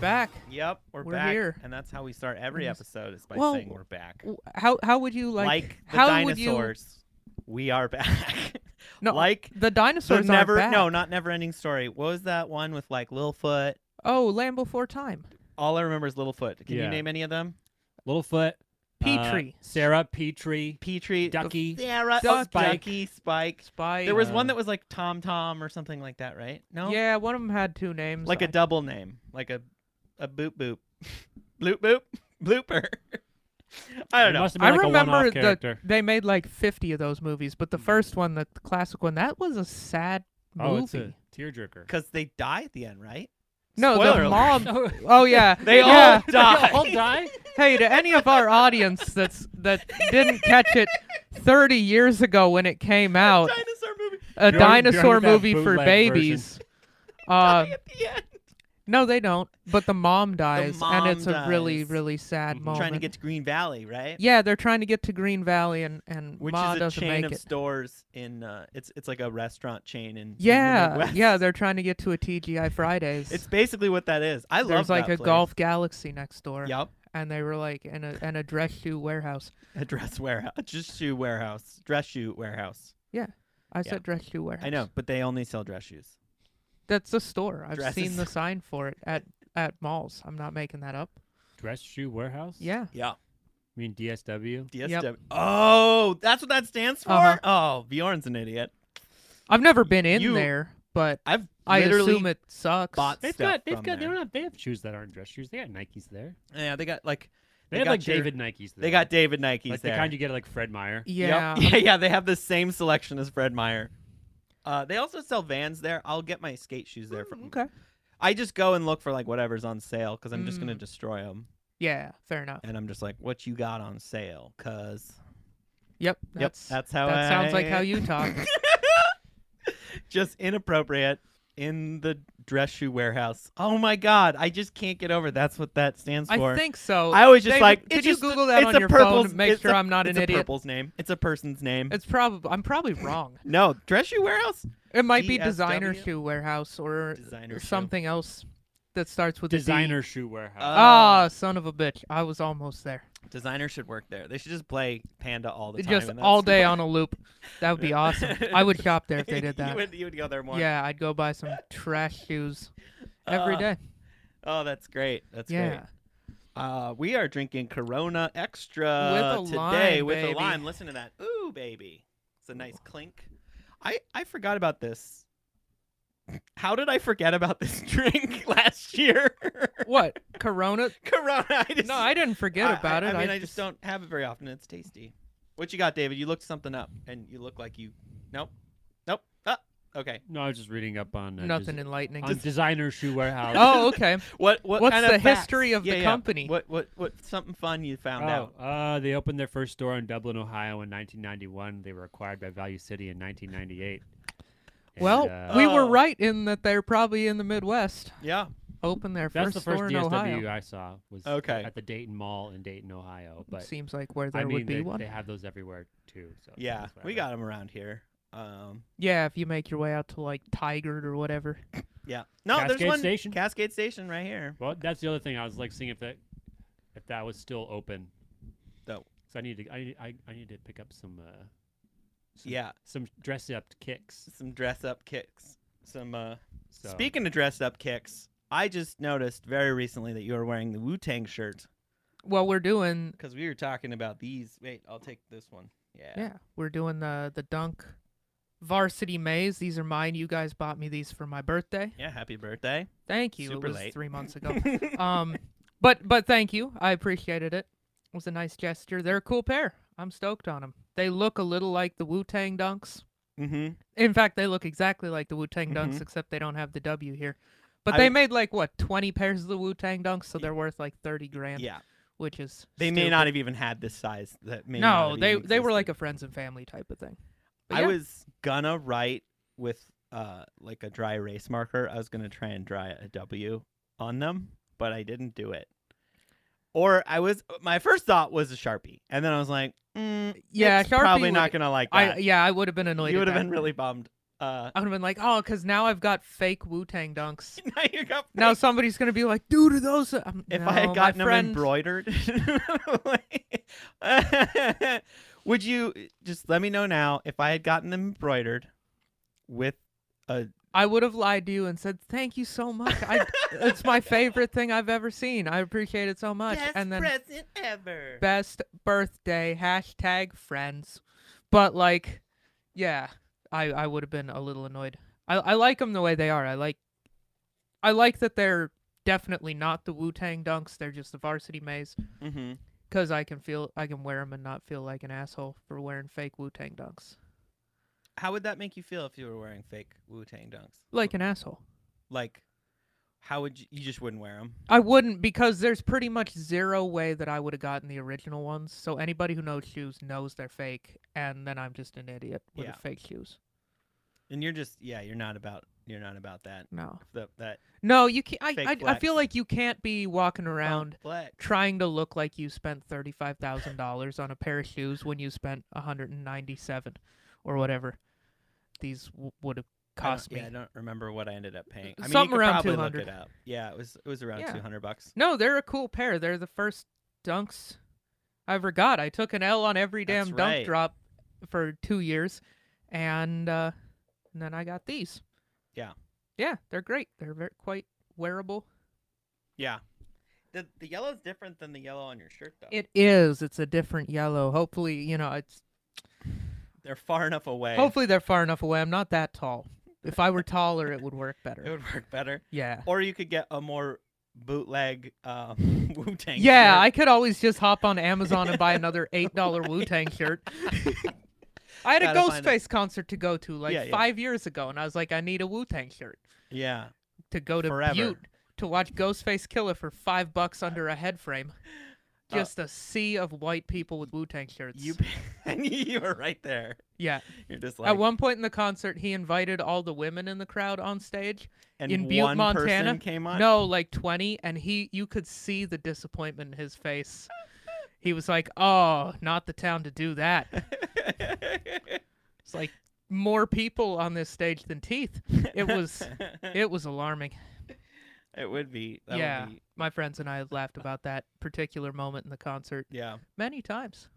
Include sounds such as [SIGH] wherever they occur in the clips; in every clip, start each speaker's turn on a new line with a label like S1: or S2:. S1: back.
S2: Yep, we're,
S1: We're
S2: back,
S1: here.
S2: and that's how we start every
S1: Yes.
S2: episode is by
S1: Well,
S2: saying we're back.
S1: W- How how would you like,
S2: Like, the
S1: how would
S2: dinosaurs, we are back. [LAUGHS]
S1: you no
S2: like
S1: the
S2: so
S1: dinosaurs aren't
S2: never
S1: back.
S2: no, not never ending story. What was that one with like Littlefoot?
S1: oh Land Before Time
S2: All I remember is Littlefoot. Can you
S3: Yeah.
S2: name any of them?
S3: Littlefoot, uh,
S1: Petrie.
S3: Sarah Petrie,
S2: Petrie,
S3: Ducky,
S2: Sarah,
S1: Duck-
S3: Spike.
S2: Ducky, Spike.
S1: Spy
S2: There was one
S3: Uh,
S2: that was like Tom Tom or something like that, right? No,
S1: yeah one of them had two names
S2: like
S1: a
S2: a double name, like a a boop boop, [LAUGHS] bloop boop, blooper. [LAUGHS] I don't
S3: It
S2: know.
S3: must have been like
S1: I
S3: a
S1: remember
S3: one-off
S1: that
S3: character.
S1: they made like 50 of those movies, but the
S2: Mm.
S1: first one, the the classic one, that was a sad
S3: Oh,
S1: movie.
S3: it's a tearjerker.
S2: Because they die at the end, right?
S1: No,
S2: Spoiler
S1: the
S2: alert.
S1: mom.
S3: [LAUGHS] No,
S1: Oh
S2: [LAUGHS]
S1: yeah,
S2: They all
S1: yeah.
S2: die.
S3: [LAUGHS] They
S2: [LAUGHS]
S3: all die.
S1: Hey, to any of our audience that's that didn't catch it 30 years ago when
S2: [LAUGHS]
S1: it came out,
S2: Dinosaur movie.
S1: a
S3: During-
S1: dinosaur
S3: during that
S1: movie for
S3: bootleg version.
S1: babies. Uh,
S2: die at the end.
S1: no, they don't. But the mom dies,
S2: mom
S1: and it's a really,
S2: dies.
S1: really sad
S3: Mhm.
S1: moment.
S2: Trying to get to Green Valley, right?
S1: yeah, they're trying to get to Green Valley, and and
S2: Which
S1: Ma
S2: is a
S1: doesn't
S2: chain
S1: make
S2: of
S1: it.
S2: stores in. Uh, it's it's like a restaurant chain in. in the
S1: Yeah,
S2: Midwest.
S1: yeah, they're trying to get to a TGI
S2: [LAUGHS]
S1: Fridays.
S2: It's basically what that is. I love
S1: There's like
S2: that
S1: a
S2: place.
S1: golf galaxy next door,
S2: Yep.
S1: and they were like in a in a dress shoe warehouse.
S2: A dress [LAUGHS] warehouse. Just shoe warehouse. Dress shoe warehouse.
S1: I
S2: Yeah.
S1: said dress shoe warehouse.
S2: I know, but they only sell dress shoes.
S1: that's a store. I've seen
S2: Dresses.
S1: the sign for it at at malls. I'm not making that up.
S3: Dress shoe warehouse.
S1: Yeah,
S2: Yeah.
S3: I mean DSW.
S2: DSW.
S1: Yep.
S2: Oh, that's what that stands for?
S1: Uh-huh.
S2: Oh, Bjorn's an idiot.
S1: I've never been in
S2: You
S1: there, but
S2: I've
S1: I
S2: literally
S1: assume it sucks.
S2: bought
S3: They've
S2: stuff
S3: got. They've
S2: from
S3: got. They
S2: there.
S3: don't have. They have shoes that aren't dress shoes. They got Nikes there.
S2: Yeah, they got like
S3: They,
S2: They
S3: have
S2: got
S3: like
S2: your-
S3: David Nikes. There.
S2: they got David Nikes
S3: like
S2: there.
S3: the kind you get at like Fred Meyer.
S2: Yep.
S1: yeah,
S2: [LAUGHS] Yeah, yeah, they have the same selection as Fred Meyer. Uh, they also sell Vans there. I'll get my skate shoes there from.
S1: okay.
S2: I just go and look for like whatever's on sale because I'm just gonna
S1: Mm.
S2: destroy them.
S1: yeah, fair enough.
S2: And I'm just like, what you got on sale? Cause
S1: Yep, that's
S2: yep, that's how
S1: that sounds like
S2: I-
S1: how you talk.
S2: [LAUGHS] just inappropriate in the dress shoe warehouse. Oh my god, I just can't get over. That's what that stands for.
S1: I think so.
S2: I was just
S1: David,
S2: like,
S1: could
S2: it's
S1: you
S2: just a-
S1: Google that
S2: it's
S1: on
S2: a
S1: your phone?
S2: purple's-
S1: To make
S2: it's
S1: sure
S2: a-
S1: i I'm not an
S2: it's a
S1: idiot.
S2: purple's name. It's a person's name.
S1: It's probably
S2: [LAUGHS]
S1: I'm probably wrong.
S2: no dress shoe warehouse.
S1: It might be designer
S2: DSW?
S1: shoe warehouse or
S2: Designer shoe.
S1: something else that starts with a D.
S3: Designer shoe warehouse.
S2: Uh,
S1: Ah, son of a bitch! I was almost there.
S2: Designers should work there. They should just play Panda all the time.
S1: Just
S2: and that's-
S1: all day on a loop. That would be awesome. I would shop
S2: [LAUGHS]
S1: there if they did
S2: you,
S1: that.
S2: would, you would go there more.
S1: Yeah, I'd go buy some trash shoes every
S2: Uh,
S1: day.
S2: Oh, that's great. That's
S1: Yeah.
S2: great. Uh, we are drinking Corona Extra
S1: With a
S2: today
S1: lime,
S2: with
S1: baby.
S2: a lime. Listen to that. Ooh, baby. It's a nice clink. I, I forgot about this. How did I forget about this [LAUGHS] drink last year? [LAUGHS]
S1: What? Corona?
S2: Corona. I just,
S1: No, I didn't forget
S2: I-
S1: about
S2: I,
S1: it.
S2: I mean, I, just don't have it very often. It's tasty. What you got, David? You looked something up, and you look like you. Nope. Nope. Ah, okay.
S3: no, I was just reading up on uh,
S1: Nothing
S3: des-
S1: enlightening.
S3: on designer shoe warehouse.
S1: Oh, okay.
S2: What? what
S1: What's
S2: kind of
S1: the
S2: facts?
S1: history of the
S2: Yeah, yeah.
S1: company?
S2: What? What? What? Something fun you found out.
S3: Oh, uh, they opened their first store in Dublin, Ohio in 1991. They were acquired by Value City in 1998. And,
S1: Well,
S3: uh,
S1: we were
S2: Oh.
S1: right in that they're probably in the Midwest.
S2: Yeah.
S1: Open their
S3: that's
S1: first,
S3: the first
S1: store in
S3: DSW
S1: Ohio.
S3: I saw was
S2: Okay.
S3: at the Dayton Mall in Dayton, Ohio. But
S1: Seems like where there
S3: I mean,
S1: would be
S3: they,
S1: one.
S3: they have those everywhere too. So
S2: Yeah.
S3: that's
S2: We
S3: whatever.
S2: got them around here. Um.
S1: Yeah, if you make your way out to like Tigard or whatever.
S2: Yeah. No, there's
S3: Cascade
S2: one
S3: Station.
S2: Cascade Station right here.
S3: Well, that's the other thing. I was like seeing if that if that was still open.
S2: No.
S3: So I need to I need, I, I need to pick up some uh some,
S2: Yeah.
S3: some dress up kicks.
S2: Some dress up kicks. Some. uh
S3: So.
S2: Speaking of dress up kicks, I just noticed very recently that you were wearing the Wu Tang shirt
S1: Well, we're doing
S2: because we were talking about these. Wait, I'll take this one. Yeah.
S1: yeah, we're doing the the dunk varsity maze. These are mine. You guys bought me these for my birthday.
S2: Yeah, happy birthday.
S1: [LAUGHS]
S2: Mm-hmm.
S1: Thank you.
S2: Super
S1: it was
S2: late.
S1: 3 months
S3: [LAUGHS]
S1: ago. um but but thank you i appreciated it it was a nice gesture they're a cool pair i'm stoked on them they look a little like the wu-tang dunks
S2: mm-hmm.
S1: in fact they look exactly like the wu-tang dunks
S2: Mhm.
S1: except they don't have the w here but
S2: I
S1: they
S2: w-
S1: made like what 20 pairs of the wu-tang dunks so they're worth like 30 grand
S2: Yeah.
S1: which is
S2: They may
S1: stupid.
S2: not have even had this size. That may not
S1: no
S2: have
S1: they
S2: even
S1: they were
S2: existed.
S1: like a friends and family type of thing But
S2: I
S1: yeah,
S2: was gonna write with uh like a dry erase marker. I was gonna try and draw a W on them, but I didn't do it. Or I was my first thought was a sharpie, and then I was like, mm,
S1: Yeah,
S2: it's
S1: Sharpie
S2: probably
S1: would-
S2: not gonna like
S1: I
S2: that.
S1: yeah, I would have been annoyed.
S2: you
S1: at
S2: would have
S1: that.
S2: been really bummed. Uh, [LAUGHS]
S1: I would have been like, oh, because now I've got fake Wu Tang dunks.
S2: now you got
S1: Now somebody's gonna be like, dude, are those? uh, um, i
S2: if I had gotten them
S1: friend,
S2: embroidered, [LAUGHS] would you just let me know now if I had gotten them embroidered with a
S1: I would have lied to you and said, thank you so much. I, it's
S2: [LAUGHS]
S1: my favorite thing I've ever seen. I appreciate it so much. and then
S2: present ever?
S1: best birthday hashtag friends but like yeah i i would have been a little annoyed i i like them the way they are i like i like that they're definitely not the wu-tang dunks they're just the varsity maze
S2: hmm
S1: because i can feel i can wear them and not feel like an asshole for wearing fake wu-tang dunks
S2: How would that make you feel if you were wearing fake Wu Tang dunks?
S1: like an asshole
S2: Like, how would you? You just wouldn't wear them.
S1: i wouldn't because there's pretty much zero way that i would have gotten the original ones so anybody who knows shoes knows they're fake and then i'm just an idiot with
S2: Yeah.
S1: the fake shoes
S2: And you're just yeah, you're not about you're not about that.
S1: no
S2: The, that
S1: No, you can't. I,
S2: Fake
S1: I, I feel
S2: flex.
S1: like you can't be walking around
S2: black.
S1: trying to look like you spent thirty-five thousand dollars on a pair of shoes when you spent one hundred and ninety-seven, or whatever. These w- would have cost me.
S2: Yeah, I don't remember what I ended up paying. I mean,
S1: Something
S2: you could
S1: around
S2: probably look it
S1: 200.
S2: up. Yeah, it was it was around
S1: Yeah.
S2: two hundred bucks.
S1: No, they're a cool pair. They're the first dunks I ever got. I took an L on every damn
S2: That's
S1: dunk
S2: right.
S1: drop for two years, and, uh, and then I got these.
S2: Yeah.
S1: Yeah, they're great. They're very, quite wearable.
S2: Yeah. The the yellow's different than the yellow on your shirt though.
S1: It is. It's a different yellow. Hopefully, you know, it's
S2: They're far enough away.
S1: Hopefully they're far enough away. I'm not that tall. If I were taller, it would work
S2: [LAUGHS] [LAUGHS] it
S1: better.
S2: would work better.
S1: Yeah.
S2: Or you could get a more bootleg uh, [LAUGHS] Wu Tang.
S1: Yeah, I could always just hop on Amazon and buy another eight
S2: [LAUGHS]
S1: dollar Wu Tang shirt. I had a
S2: Gotta find a-
S1: Ghostface concert to go to like
S2: Yeah, yeah.
S1: five years ago, and I was like, I need a Wu Tang shirt [LAUGHS]
S2: yeah.
S1: to go to
S2: Forever.
S1: Butte to watch Ghostface Killer for five bucks under a head frame.
S2: Uh,
S1: Just a sea of white people with Wu Tang shirts.
S2: You [LAUGHS] you were right there.
S1: yeah.
S2: You're just like
S1: At one point in the concert, he invited all the women in the crowd on stage,
S2: and
S1: in Butte,
S2: one
S1: Montana?
S2: person came [LAUGHS] on.
S1: No, like 20 and he you could see the disappointment in his face. He was like, "Oh, not the town to do that." It's like more people on this stage than teeth. It
S2: [LAUGHS]
S1: was
S2: it,
S1: it was alarming.
S2: would be. That
S1: yeah.
S2: Would be,
S1: My friends and I laughed about that particular moment in the concert
S2: yeah.
S1: many times.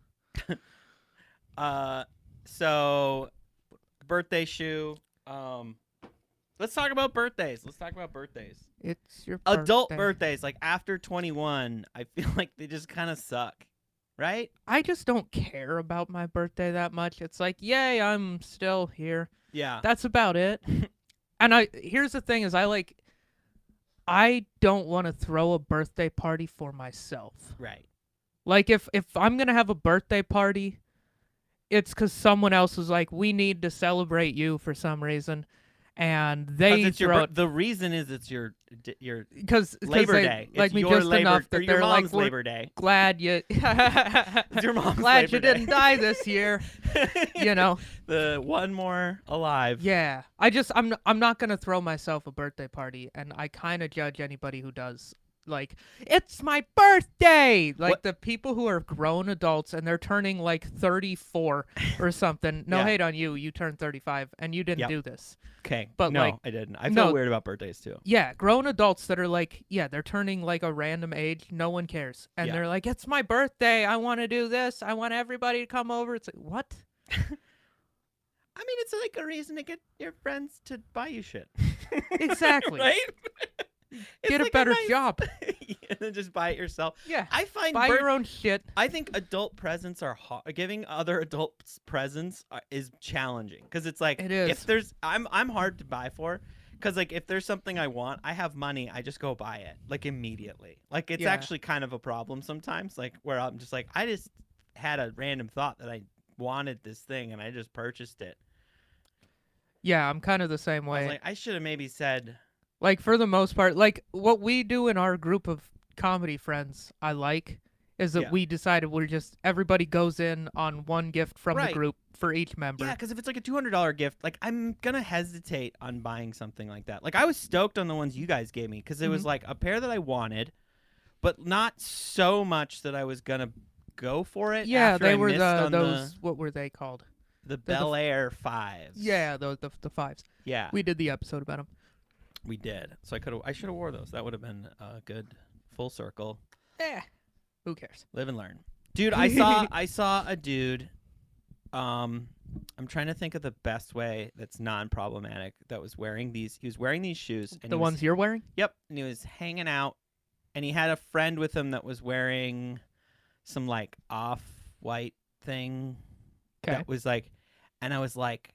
S2: Uh, so birthday shoe. Um, let's talk about birthdays. Let's talk about birthdays.
S1: It's your
S2: Adult
S1: birthday.
S2: birthdays, like after 21, I feel [LAUGHS] like they just kind of suck, right?
S1: I just don't care about my birthday that much. It's like, "Yay, I'm still here."
S2: Yeah.
S1: [LAUGHS] that's about it and i here's the thing is i like i don't want to throw a birthday party for myself
S2: Right.
S1: like if if i'm gonna have a birthday party it's because someone else was like we need to celebrate you for some reason and
S2: 'Cause
S1: they
S2: it's Oh, your
S1: throw
S2: bir- the reason is it's your d- your
S1: it because
S2: Labor
S1: they
S2: Day.
S1: like
S2: it's
S1: me
S2: your
S1: just
S2: labor,
S1: enough
S2: or
S1: that
S2: your
S1: they're like
S2: mom's
S1: "We're
S2: Labor
S1: [LAUGHS]
S2: Day. [LAUGHS]
S1: glad you
S2: It's your mom's
S1: glad
S2: Labor
S1: you
S2: [LAUGHS]
S1: didn't
S2: Day.
S1: die this year
S2: [LAUGHS]
S1: you know
S2: the one more alive.
S1: Yeah, I just I'm I'm not gonna throw myself a birthday party, and I kind of judge anybody who does. Like, it's my birthday. Like
S2: What-
S1: the people who are grown adults and they're turning like 34
S2: [LAUGHS]
S1: or something. No
S2: Yeah.
S1: hate on you. You turned 35 and you didn't
S2: Yep.
S1: do this.
S2: Okay.
S1: But,
S2: no,
S1: like,
S2: I didn't. I feel
S1: no.
S2: weird about birthdays too.
S1: Yeah, grown adults that are like, yeah, they're turning like a random age. No one cares, and
S2: Yeah.
S1: they're like, it's my birthday. I want to do this. I want everybody to come over. It's like what?
S2: [LAUGHS] I mean, it's like a reason to get your friends to buy you [LAUGHS] shit.
S1: Exactly.
S2: right? It's
S1: Get
S2: like
S1: a better
S2: nice-
S1: job.
S2: [LAUGHS] and then just buy it yourself.
S1: Yeah.
S2: I find
S1: Buy
S2: bir-
S1: your own shit.
S2: I think adult presents are hard. Giving other adults presents are, is challenging because it's like
S1: It is.
S2: if there's I'm I'm hard to buy for because like if there's something I want, I have money, I just go buy it like immediately. Like it's
S1: Yeah.
S2: actually kind of a problem sometimes. Like where I'm just like I just had a random thought that I wanted this thing and I just purchased it.
S1: Yeah, I'm kind of the same
S2: I
S1: way.
S2: was like I should have maybe said
S1: like for the most part like what we do in our group of comedy friends i like is that
S2: Yeah.
S1: we decided we're just everybody goes in on one gift from
S2: Right.
S1: the group for each member
S2: Yeah, because if it's like a two hundred dollar gift, like I'm gonna hesitate on buying something like that. Like I was stoked on the ones you guys gave me because it
S1: Mm-hmm.
S2: was like a pair that I wanted, but not so much that I was gonna go for it.
S1: Yeah,
S2: after
S1: they
S2: I
S1: were
S2: missed
S1: the
S2: on
S1: those what were they called
S2: the
S1: the f-
S2: Bel Air Fives.
S1: Yeah, the, the the fives.
S2: yeah, we,
S1: We did the episode about them.
S2: did. So I could have, I should have wore those. That would have been a good full circle.
S1: Eh, who cares?
S2: Live and learn, dude. I
S1: [LAUGHS]
S2: saw, I saw a dude. Um, I'm trying to think of the best way that's non-problematic. That was wearing these. He was wearing these shoes. And
S1: the
S2: he was-
S1: ones you're wearing?
S2: Yep. And he was hanging out and he had a friend with him that was wearing some like off white thing.
S1: Okay.
S2: That was like and I was like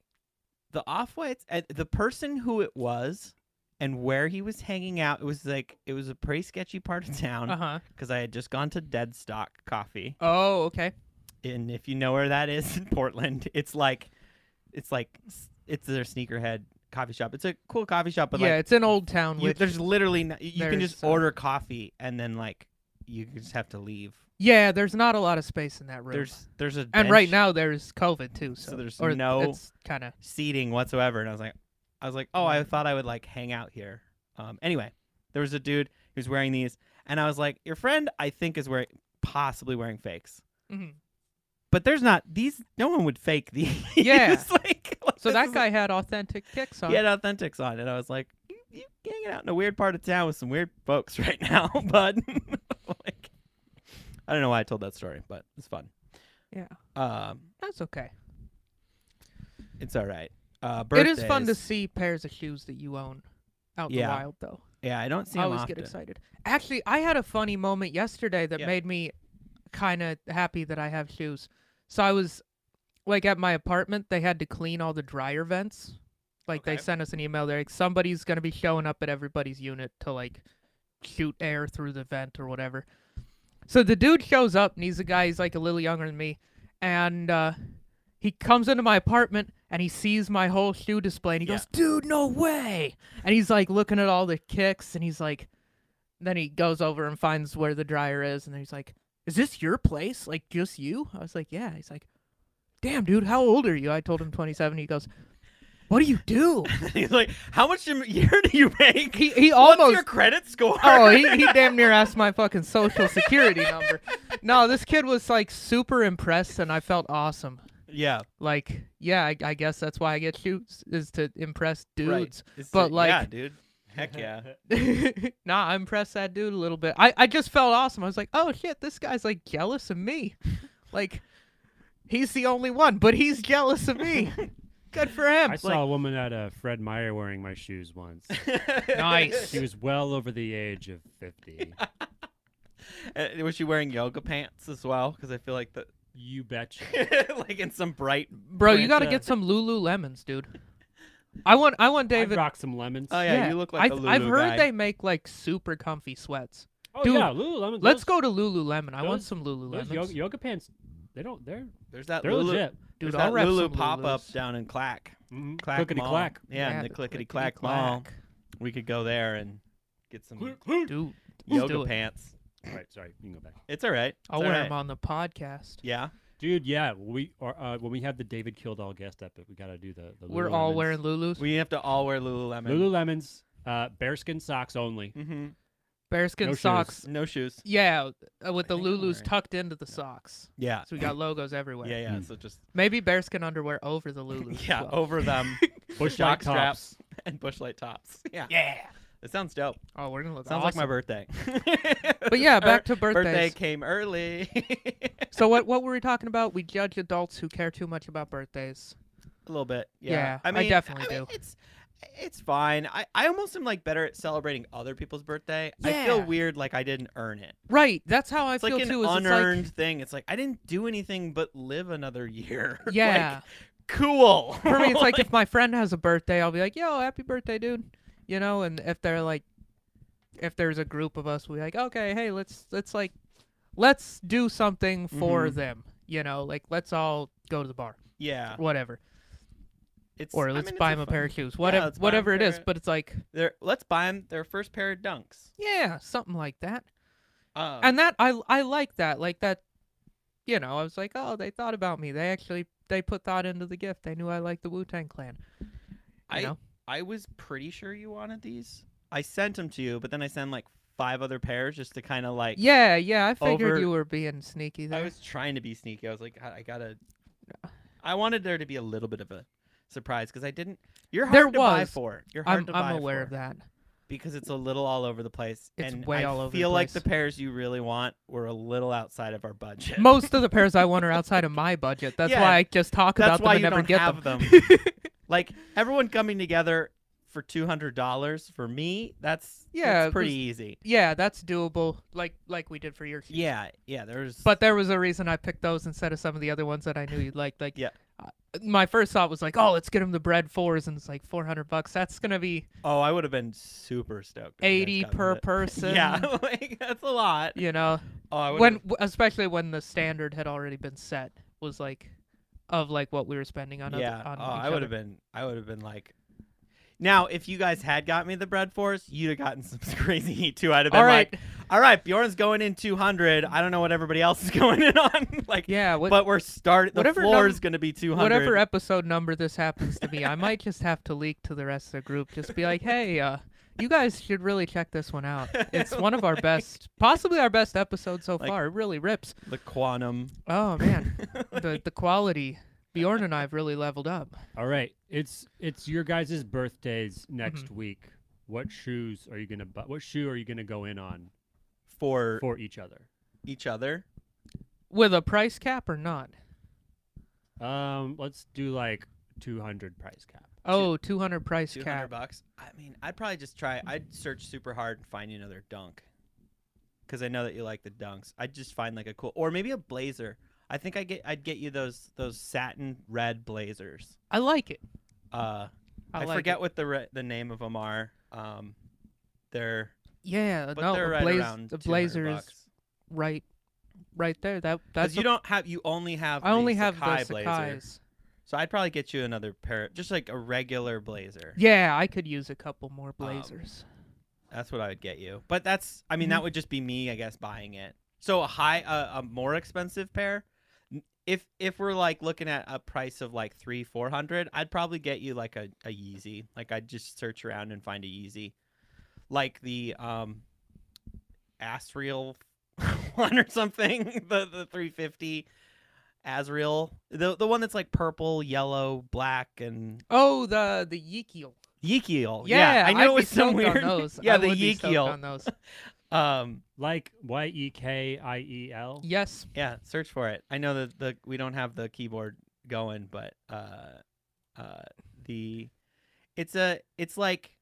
S2: the off whites and the person who it was and where he was hanging out, it was like it was a pretty sketchy part of
S1: Uh
S2: town
S1: huh.
S2: because I had just gone to Deadstock Coffee,
S1: Oh, okay.
S2: and if you know where that is in [LAUGHS] Portland, it's like, it's like, s- it's their sneakerhead coffee shop. It's a cool coffee shop, but
S1: yeah,
S2: like
S1: it's an old town.
S2: you,
S1: With,
S2: there's literally no, you you can just
S1: there's, uh,
S2: order coffee and then like you just have to leave.
S1: yeah, there's not a lot of space in that room.
S2: There's there's a
S1: and right
S2: bench
S1: now there's COVID too, so,
S2: there's
S1: or
S2: no-
S1: It's kind of
S2: seating whatsoever, and I was like, I was like, oh, I thought I would like hang out here. Um, anyway, there was a dude who's wearing these, and I was like, your friend I think is wearing possibly wearing fakes,
S1: mm-hmm.
S2: but there's not these. No one would fake these. [LAUGHS]
S1: Yeah.
S2: It's like, [LAUGHS]
S1: so
S2: this
S1: that
S2: is-
S1: guy had authentic kicks on.
S2: he had authentics on, and I was like, you, you hanging out in a weird part of town with some weird folks [LAUGHS] right now, bud. [LAUGHS] like, I don't know why I told that story, but it's fun.
S1: Yeah.
S2: Um,
S1: That's okay.
S2: it's all right. Uh, birthdays.
S1: It is fun to see pairs of shoes that you own out in the
S2: Yeah.
S1: wild, though.
S2: Yeah, I don't see
S1: I
S2: 'em
S1: always
S2: often.
S1: get excited. Actually, I had a funny moment yesterday that
S2: Yeah.
S1: made me kind of happy that I have shoes. So I was like at my apartment, they had to clean all the dryer vents. Like they
S2: Okay.
S1: sent us an email. They're like, somebody's gonna be showing up at everybody's unit to like shoot air through the vent or whatever. So the dude shows up and he's a guy. He's like a little younger than me, and uh, he comes into my apartment and he sees my whole shoe display and he
S2: Yeah.
S1: goes, "Dude, no way!" And he's like looking at all the kicks and he's like, then he goes over and finds where the dryer is and he's like, "Is this your place? Like just you?" I was like, "Yeah." He's like, "Damn, dude, how old are you?" I told him 27. He goes, "What do you do?"
S2: [LAUGHS] He's like, how much a [LAUGHS] year do you make?
S1: [LAUGHS] He he
S2: What's
S1: [LAUGHS] almost
S2: your credit score?
S1: [LAUGHS] Oh, he, he damn near asked my fucking social security number. No, this kid was like super impressed, and I felt awesome.
S2: [LAUGHS] yeah,
S1: Like, yeah, I, I guess that's why I get shoots is to impress
S2: right.
S1: dudes.
S2: It's
S1: but, like-
S2: yeah, dude, heck yeah. [LAUGHS]
S1: [LAUGHS] nah, I impressed that dude a little bit. I, I just felt awesome. I was like, oh shit, this guy's like jealous of me.
S2: [LAUGHS]
S1: like, he's the only one, but he's jealous
S2: [LAUGHS]
S1: of me. Good for him.
S3: I
S1: Like,
S3: saw a woman at uh, Fred Meyer wearing my shoes once.
S1: Nice.
S3: she was well over the age of
S2: [LAUGHS]
S3: 50.
S2: Uh, was she wearing yoga pants as well? Because I feel like the [LAUGHS]
S3: You betcha.
S2: like in some bright.
S1: bro, you
S2: print,
S1: got to
S2: uh,
S1: get some
S2: [LAUGHS]
S1: Lululemons, dude. I want, I want
S3: David
S1: David.
S3: rock some lemons.
S2: Oh yeah, you look like
S1: I,
S2: a Lulu
S1: I've heard
S2: guy.
S1: they make like super comfy sweats.
S3: oh
S1: dude,
S3: yeah, Lululemon.
S1: Let's
S3: those-
S1: go to Lululemon. I want
S3: those-
S1: some
S3: Those
S1: Lululemons.
S3: yoga, yoga pants, they don't. They're
S2: There's that
S3: they're
S2: Uh, Lulu,
S3: legit.
S1: Dude,
S2: there's
S1: I'll
S2: that
S1: rep
S2: Lulu
S1: some
S2: pop up
S1: Lulus.
S2: down in Clack.
S3: Mm-hmm.
S2: Clack
S3: Clickety
S2: Mall.
S3: clack.
S2: Yeah, in
S1: the
S2: the clickety clack mall. We could go there and get some
S3: Dude.
S1: Dude, let's
S2: yoga
S1: do it.
S2: pants.
S3: Right, sorry, you can go back.
S2: It's all right.
S1: I'll
S2: It's all
S1: wear
S2: right.
S1: them on the podcast.
S2: Yeah.
S3: Dude, yeah, we are uh, when we have the David Kildall guest up, we got to do the. the
S1: We're all
S3: Lululemons.
S1: wearing Lulus.
S2: We have to all wear Lululemon.
S3: Lululemons, uh, bearskin socks
S2: [LAUGHS]
S3: only.
S2: hmm
S1: Bearskin
S3: No shoes.
S1: socks.
S2: No shoes.
S1: Yeah, uh, with
S2: I
S1: the
S2: think I'm
S1: Lulus
S2: wearing-
S1: tucked into the socks.
S2: Yeah.
S1: So
S2: [COUGHS]
S1: we got logos everywhere.
S2: Yeah, yeah.
S3: Mm.
S2: So just
S1: Maybe bearskin underwear over the Lulus. as
S2: [LAUGHS] yeah, oh,
S1: well.
S2: over
S1: [LAUGHS]
S2: them
S3: Bush
S2: Jock
S3: light
S2: straps.
S3: tops.
S2: and bushlight tops. [LAUGHS] Yeah.
S1: yeah.
S2: It sounds dope.
S1: Oh, we're gonna look.
S2: Sounds like my
S1: awesome.
S2: birthday. [LAUGHS]
S1: But yeah,
S2: Our
S1: back to
S2: [LAUGHS]
S1: birthdays.
S2: birthday came early. [LAUGHS] a
S1: So what? What were we talking about? We judge adults who care too much about birthdays.
S2: little bit. Yeah.
S1: Yeah, I
S2: I mean,
S1: definitely
S2: I mean,
S1: do.
S2: It's it's fine. I, I almost am like better at celebrating other people's birthday. I feel
S1: Yeah.
S2: weird like I didn't earn it.
S1: Right. That's how I
S2: It's
S1: feel
S2: like an
S1: too. is it's like-
S2: unearned [LAUGHS] thing. It's like I didn't do anything but live another year. [LAUGHS] Like,
S1: Yeah.
S2: cool.
S1: For
S2: [LAUGHS]
S1: me, it's like if my friend has a birthday, I'll be like, "Yo, happy birthday, dude!" You know, and if they're like, if there's a group of us, we like, okay, hey, let's let's like, let's do something for
S2: Mhm.
S1: them. You know, like let's all go to the bar,
S2: yeah.
S1: whatever,
S2: It's
S1: or
S2: I
S1: let's
S2: mean, it's
S1: buy them a
S2: fun-
S1: pair of shoes, whatever,
S2: let's buy 'em
S1: whatever
S2: a
S1: it is.
S2: pair of-
S1: But it's like,
S2: Their, let's buy them their first pair of dunks.
S1: yeah, something like that,
S2: Um,
S1: and that I I like that, like that. You know, I was like, oh, they thought about me. They actually they put thought into the gift. They knew I liked the Wu Tang Clan. You
S2: I
S1: know,
S2: I was pretty sure you wanted these. I sent them to you, but then I sent like five other pairs just to kind of like.
S1: yeah, yeah. I figured
S2: over-
S1: you were being sneaky there.
S2: I was trying to be sneaky. I was like, I, I gotta. I wanted there to be a little bit of a surprise because I didn't. You're hard
S1: There
S2: to buy
S1: was.
S2: for. You're hard
S1: I'm,
S2: to buy
S1: I'm aware
S2: for [LAUGHS]
S1: of that.
S2: because it's a little all over the place.
S1: It's
S2: and
S1: way
S2: I
S1: all over the
S2: feel like the
S1: place.
S2: pairs you really want were a little outside of our budget.
S1: Most of the pairs I want are outside of my budget. That's
S2: Yeah,
S1: why I just talk
S2: That's
S1: about them
S2: why
S1: and
S2: you
S1: never
S2: don't
S1: get
S2: have
S1: them.
S2: them. [LAUGHS] like everyone coming together for two hundred dollars for me. That's
S1: Yeah,
S2: that's
S1: it
S2: pretty
S1: was-
S2: easy.
S1: [LAUGHS] yeah, that's doable. Like like we did for your.
S2: Yeah, yeah. There's
S1: But there was a reason I picked those instead of some of the other ones that I knew you'd like. Like,
S2: Yeah.
S1: uh, my first thought was like, oh, let's get him the bread fours, and it's like four hundred bucks. That's gonna be
S2: oh, I would have been super stoked. if you guys
S1: eighty
S2: got me [LAUGHS]
S1: per
S2: that.
S1: person.
S2: Yeah, like, that's a lot.
S1: you know,
S2: Oh, [LAUGHS] I would've-
S1: when w- especially when the standard had already been set was like, of like what we were spending on.
S2: yeah.
S1: other, on
S2: oh,
S1: each
S2: I would
S1: other.
S2: have been. I would have been like. Now, if you guys had got me the bread force, you'd have gotten [LAUGHS] some crazy heat too. I'd have been
S1: All right.
S2: like, "All right, Bjorn's going in 200. I don't know what everybody else is [LAUGHS] going in on. like,
S1: yeah. What,
S2: but we're starting. The
S1: whatever
S2: floor
S1: num-
S2: is going to be 200.
S1: whatever episode number this happens to be, I might just have to leak to the rest of the group. Just be like, hey, uh, you guys should really check this
S2: [LAUGHS]
S1: one out. It's one of our best, possibly our best episode so
S2: Oh Like-
S1: far. It really rips.
S2: the
S1: [LAUGHS]
S2: quantum.
S1: Oh man,
S2: [LAUGHS]
S1: the the quality. Bjorn and I have really leveled up.
S3: All right, it's it's your guys' birthdays next
S2: Mm-hmm.
S3: week. What shoes are you gonna buy? What shoe are you gonna go in on
S2: for,
S3: for each other?
S2: each other.
S1: With a price cap or not?
S3: Um, let's do like two hundred price cap.
S1: Oh, 200 price
S2: 200
S1: cap.
S2: bucks. I mean, I'd probably just try. I'd search super hard and find you another dunk. Because I know that you like the dunks. I'd just find like a cool, or maybe a blazer. I think I get. I'd get you those those satin red blazers.
S1: I like it.
S2: Uh,
S1: I,
S2: I,
S1: like
S2: forget
S1: It.
S2: what the re- the name of them are. Um, they're
S1: Yeah,
S2: but
S1: Uh, no,
S2: they're
S1: a
S2: right
S1: blaze-
S2: around
S1: a
S2: 200
S1: blazer is
S2: bucks.
S1: right, right there. That that's.
S2: 'Cause
S1: a-
S2: you don't have you only have
S1: I only
S2: the
S1: have
S2: Sakai
S1: the
S2: blazer.
S1: Sakai's.
S2: So I'd probably get you another pair, just like a regular blazer.
S1: Yeah, I could use a couple
S2: Um,
S1: more blazers.
S2: That's what I would get you. But that's I
S1: Mm-hmm.
S2: mean that would just be me, I guess, buying it. So a high uh, a more expensive pair. n- If if we're like looking at a price of like three four hundred, I'd probably get you like a, a Yeezy. Like I'd just search around and find a Yeezy, like the um, Asriel [LAUGHS] one or something. [LAUGHS] The the three fifty, Asriel the the one that's like purple, yellow, black, and
S1: Oh, the the Yikio.
S2: Yeekiel.
S1: Yeah,
S2: Oh, I
S1: I'd
S2: know it
S1: be
S2: was some
S1: stoked on
S2: weird. [LAUGHS]
S1: those.
S2: Yeah,
S1: I
S2: the
S1: would be stoked
S2: Yeekiel.
S1: on those.
S2: Um,
S3: Like Y E K I E L.
S1: Yes,
S2: Yeah, search for it. I know that the we don't have the keyboard going, but uh, uh, the it's a it's like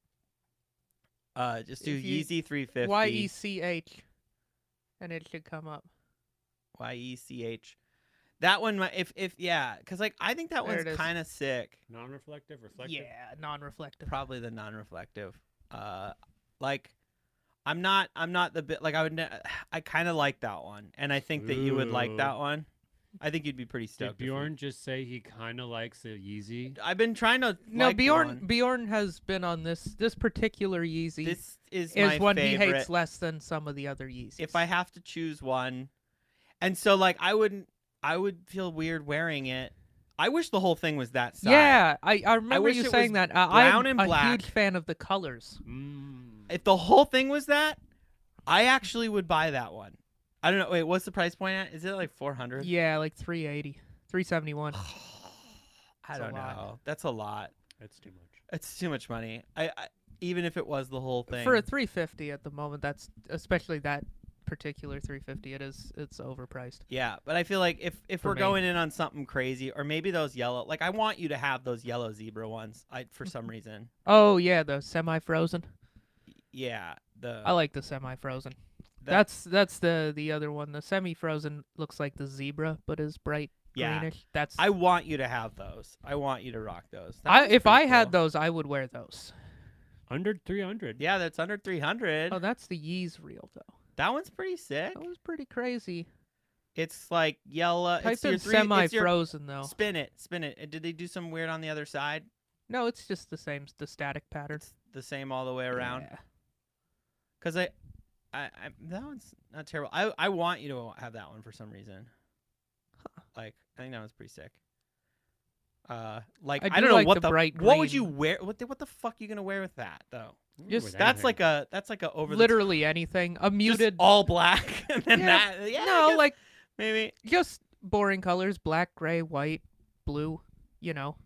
S2: uh, just do
S1: If you-
S2: Yeezy 350
S1: Y E C H, and it should come up.
S2: Y E C H. That one, mi- if if yeah, because like I think that
S1: There it
S2: one's
S1: is.
S2: kind of sick.
S3: Non-reflective, reflective.
S1: Yeah, non-reflective.
S2: Probably the non-reflective. Uh, like I'm not I'm not the bit like I would ne- I kind of like that one, and I think that you would like
S3: Ooh.
S2: that one. I think you'd be pretty stoked.
S3: Did
S2: if you-
S3: Bjorn just say he kind of likes the Yeezy?
S2: I've been trying to
S1: No,
S2: like
S1: Bjorn
S2: one.
S1: Bjorn has been on this this particular Yeezy
S2: This is, my
S1: is one
S2: favorite.
S1: he hates less than some of the other Yeezys.
S2: If I have to choose one, and so like I wouldn't, I would feel weird wearing it. I wish the whole thing was that size.
S1: yeah, I, I remember
S2: wish it
S1: you
S2: was
S1: saying that. Uh,
S2: brown
S1: I'm
S2: and
S1: a
S2: black.
S1: huge fan of the colors.
S3: Mm.
S2: If the whole thing was that, I actually would buy that one. I don't know. Wait, what's the price point at? Is it like four hundred?
S1: Yeah, like 380, 371. [SIGHS]
S2: I
S1: It's a
S2: don't
S1: lot.
S2: know. That's a lot.
S3: That's too much.
S2: It's too much money. I, I even if it was the whole thing
S1: For a 350 at the moment, that's especially that particular 350. It is it's overpriced.
S2: Yeah, but I feel like if if
S1: For
S2: we're
S1: me.
S2: going in on something crazy, or maybe those yellow, like I want you to have those yellow zebra ones. I for some reason,
S1: Oh yeah, the semi-frozen.
S2: yeah, the
S1: I like the semi-frozen.
S2: that-
S1: That's that's the the other one. The semi-frozen looks like the zebra, but is bright
S2: Yeah.
S1: greenish. That's
S2: I want you to have those. I want you to rock those. That
S1: I
S2: one's
S1: if
S2: pretty
S1: I had
S2: cool.
S1: those, I would wear those.
S3: Under three hundred.
S2: yeah, that's under three hundred.
S1: Oh, that's the Yeez reel though.
S2: that one's pretty sick.
S1: That was pretty crazy.
S2: It's like yellow.
S1: Type
S2: it's your
S1: in
S2: three, it's your-
S1: semi-frozen though.
S2: Spin it, spin it. And Did they do some weird on the other side?
S1: No, it's just the same, the static pattern.
S2: It's the same all the way around.
S1: Yeah.
S2: Cause I, I, I that one's not terrible. I I want you to have that one for some reason. Like I think that one's pretty sick. Uh, like
S1: I
S2: I,
S1: do
S2: don't know
S1: like
S2: what
S1: the
S2: the
S1: bright
S2: what would you
S1: green.
S2: wear? What the, what the fuck you gonna wear with that though?
S1: Just-
S2: That's like a that's like a over the
S1: Literally anything. A
S2: just
S1: muted.
S2: all black [LAUGHS] and then
S1: Yeah.
S2: that yeah I
S1: no,
S2: guess
S1: like
S2: maybe
S1: just boring colors: black, gray, white, blue, you know,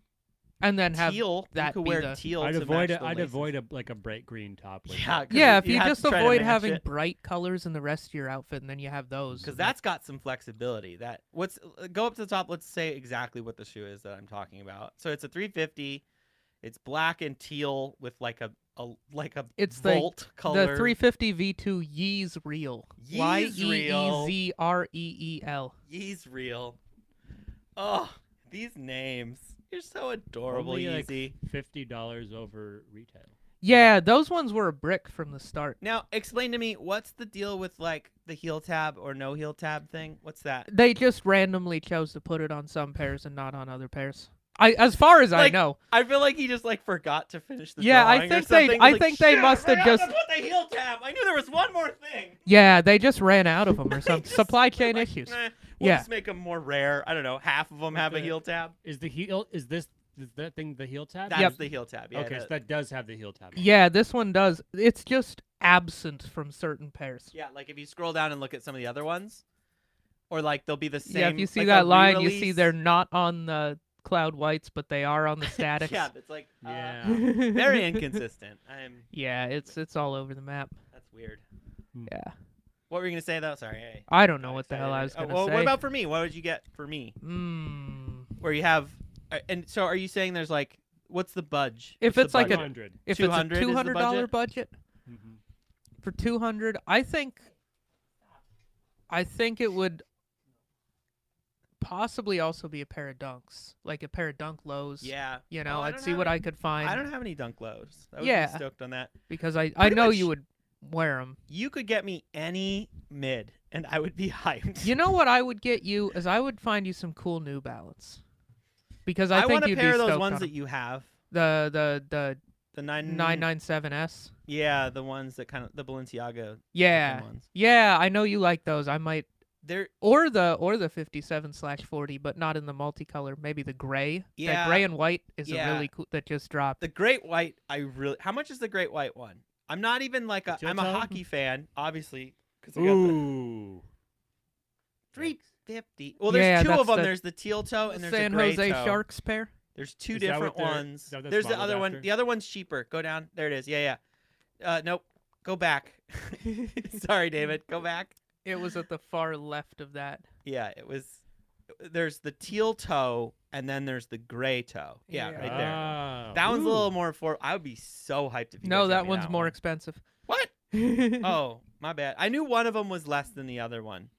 S1: and then have
S2: teal.
S1: that
S2: you could
S1: be
S2: wear
S1: the-
S2: teal.
S3: I'd
S2: to match
S3: avoid. A,
S2: the
S3: I'd
S2: laces.
S3: avoid a like a bright green top. Like
S2: Yeah,
S3: that.
S2: 'cause
S1: yeah. If you,
S2: have to
S1: just
S2: try to
S1: avoid
S2: match
S1: having
S2: it.
S1: bright colors in the rest of your outfit, and then you have those.
S2: because
S1: and
S2: that's got some flexibility. That what's uh, go up to the top. Let's say exactly what the shoe is that I'm talking about. So it's a 350. It's black and teal with like a, a like a
S1: It's the-
S2: volt color.
S1: The 350 V2 Yeez Reel. Y e
S2: Yeez Reel.
S1: e z r e e l.
S2: Yeez real. Oh, these names. You're so adorable,
S3: Only, like,
S2: Yeezy.
S3: fifty dollars over retail.
S1: Yeah, those ones were a brick from the start.
S2: Now, explain to me what's the deal with like the heel tab or no heel tab thing? What's that?
S1: They just randomly chose to put it on some pairs and not on other pairs. I, as far as I
S2: Like,
S1: know,
S2: I feel like he just like forgot to finish the
S1: Yeah, I
S2: drawing or
S1: think they-
S2: something.
S1: I
S2: Like,
S1: think they
S2: "Shit, I
S1: must have
S2: forgot to
S1: just-
S2: put the heel tab. I knew there was one more thing.
S1: yeah, they just ran out of them or
S2: [LAUGHS] They
S1: some
S2: just-
S1: supply
S2: they're
S1: chain
S2: like,
S1: issues.
S2: "Nah, we'll
S1: Yeah.
S2: just make them more rare. I don't know. Half of them
S3: Like
S2: have a
S3: the-
S2: heel tab.
S3: Is the heel? Is this is that thing the heel tab?
S2: That's
S1: Yep.
S2: the heel tab. Yeah,
S3: okay,
S2: the-
S3: so that does have the heel tab. on it.
S1: Yeah, this one does. It's just absent from certain pairs.
S2: yeah. Like if you scroll down and look at some of the other ones, or like they'll be the same.
S1: Yeah, if you see
S2: like, a
S1: that line, you see
S2: re-release.
S1: they're not on the cloud whites, but they
S2: [LAUGHS]
S1: are on the statics. [LAUGHS]
S2: Yeah, it's like uh,
S3: Yeah.
S2: very inconsistent. I'm.
S1: yeah, it's it's all over the map.
S2: That's weird.
S1: Yeah.
S2: What were you gonna say though? Sorry. I
S1: I don't Hmm. know
S2: got
S1: what the hell I was
S2: excited.
S1: gonna
S2: oh, well,
S1: say.
S2: What about for me? What would you get for me?
S1: Mm.
S2: where you have uh, and so are you saying there's like what's the budge
S1: If
S2: What's
S1: it's
S2: the
S1: like a-
S2: budget?
S3: 100.
S1: If it's a
S2: 200 is the
S1: two hundred dollar
S2: budget?
S1: budget
S3: Mhm.
S2: Mm-hmm.
S1: for two hundred, I think, I think it would possibly also be a pair of dunks, like a pair of dunk lows.
S2: yeah
S1: You
S2: Oh,
S1: know,
S2: I
S1: I'd
S2: don't
S1: see
S2: have
S1: what
S2: any-
S1: I could find
S2: i don't have any dunk lows i would
S1: Yeah.
S2: be stoked on that
S1: because I I
S2: pretty
S1: know you
S2: much-
S1: would wear them.
S2: you could get me any mid and i would be [LAUGHS] hyped
S1: You know what I would get you is I would find you some cool New Balance, because I,
S2: i,
S1: think
S2: want a
S1: you'd
S2: pair
S1: be
S2: of those
S1: stoked
S2: ones
S1: on
S2: that you have
S1: 'em. the the
S2: the
S1: the
S2: nine
S1: nine nine seven S.
S2: yeah the ones that kind of the balenciaga
S1: Yeah,
S2: ones
S1: yeah, I know you like those. I might
S2: they're
S1: or the or the 57 slash 40 but not in the multicolor maybe the gray
S2: Yeah.
S1: that gray and white is
S2: Yeah.
S1: a really cool that just dropped
S2: the great white i really how much is the great white one i'm not even like a
S3: What's your
S2: i'm a
S3: total?
S2: hockey fan obviously because i got the
S3: Ooh.
S2: 350 well there's
S1: Yeah,
S2: two
S1: that's
S2: of them
S1: the-
S2: there's the teal toe and there's
S1: san
S2: a gray
S1: jose
S2: toe.
S1: sharks pair
S2: There's two
S3: Is that
S2: different
S3: what they're-
S2: ones.
S3: is that what that's
S2: There's the
S3: modeled
S2: other one.
S3: after?
S2: The other one's cheaper. Go down. There it is. Yeah, yeah. Uh, nope. Go back. [LAUGHS] Sorry, David. Go back.
S1: it was at the far left of that
S2: Yeah, it was. There's the teal toe, and then there's the gray toe. Yeah, right there.
S3: Ah,
S2: that one's a
S3: ooh.
S2: little more affordable. I would be so hyped if you. guys
S1: no
S2: got
S1: that
S2: me
S1: one's
S2: that
S1: more
S2: one.
S1: expensive [LAUGHS]
S2: What? Oh, my bad. I knew one of them was less than the other one,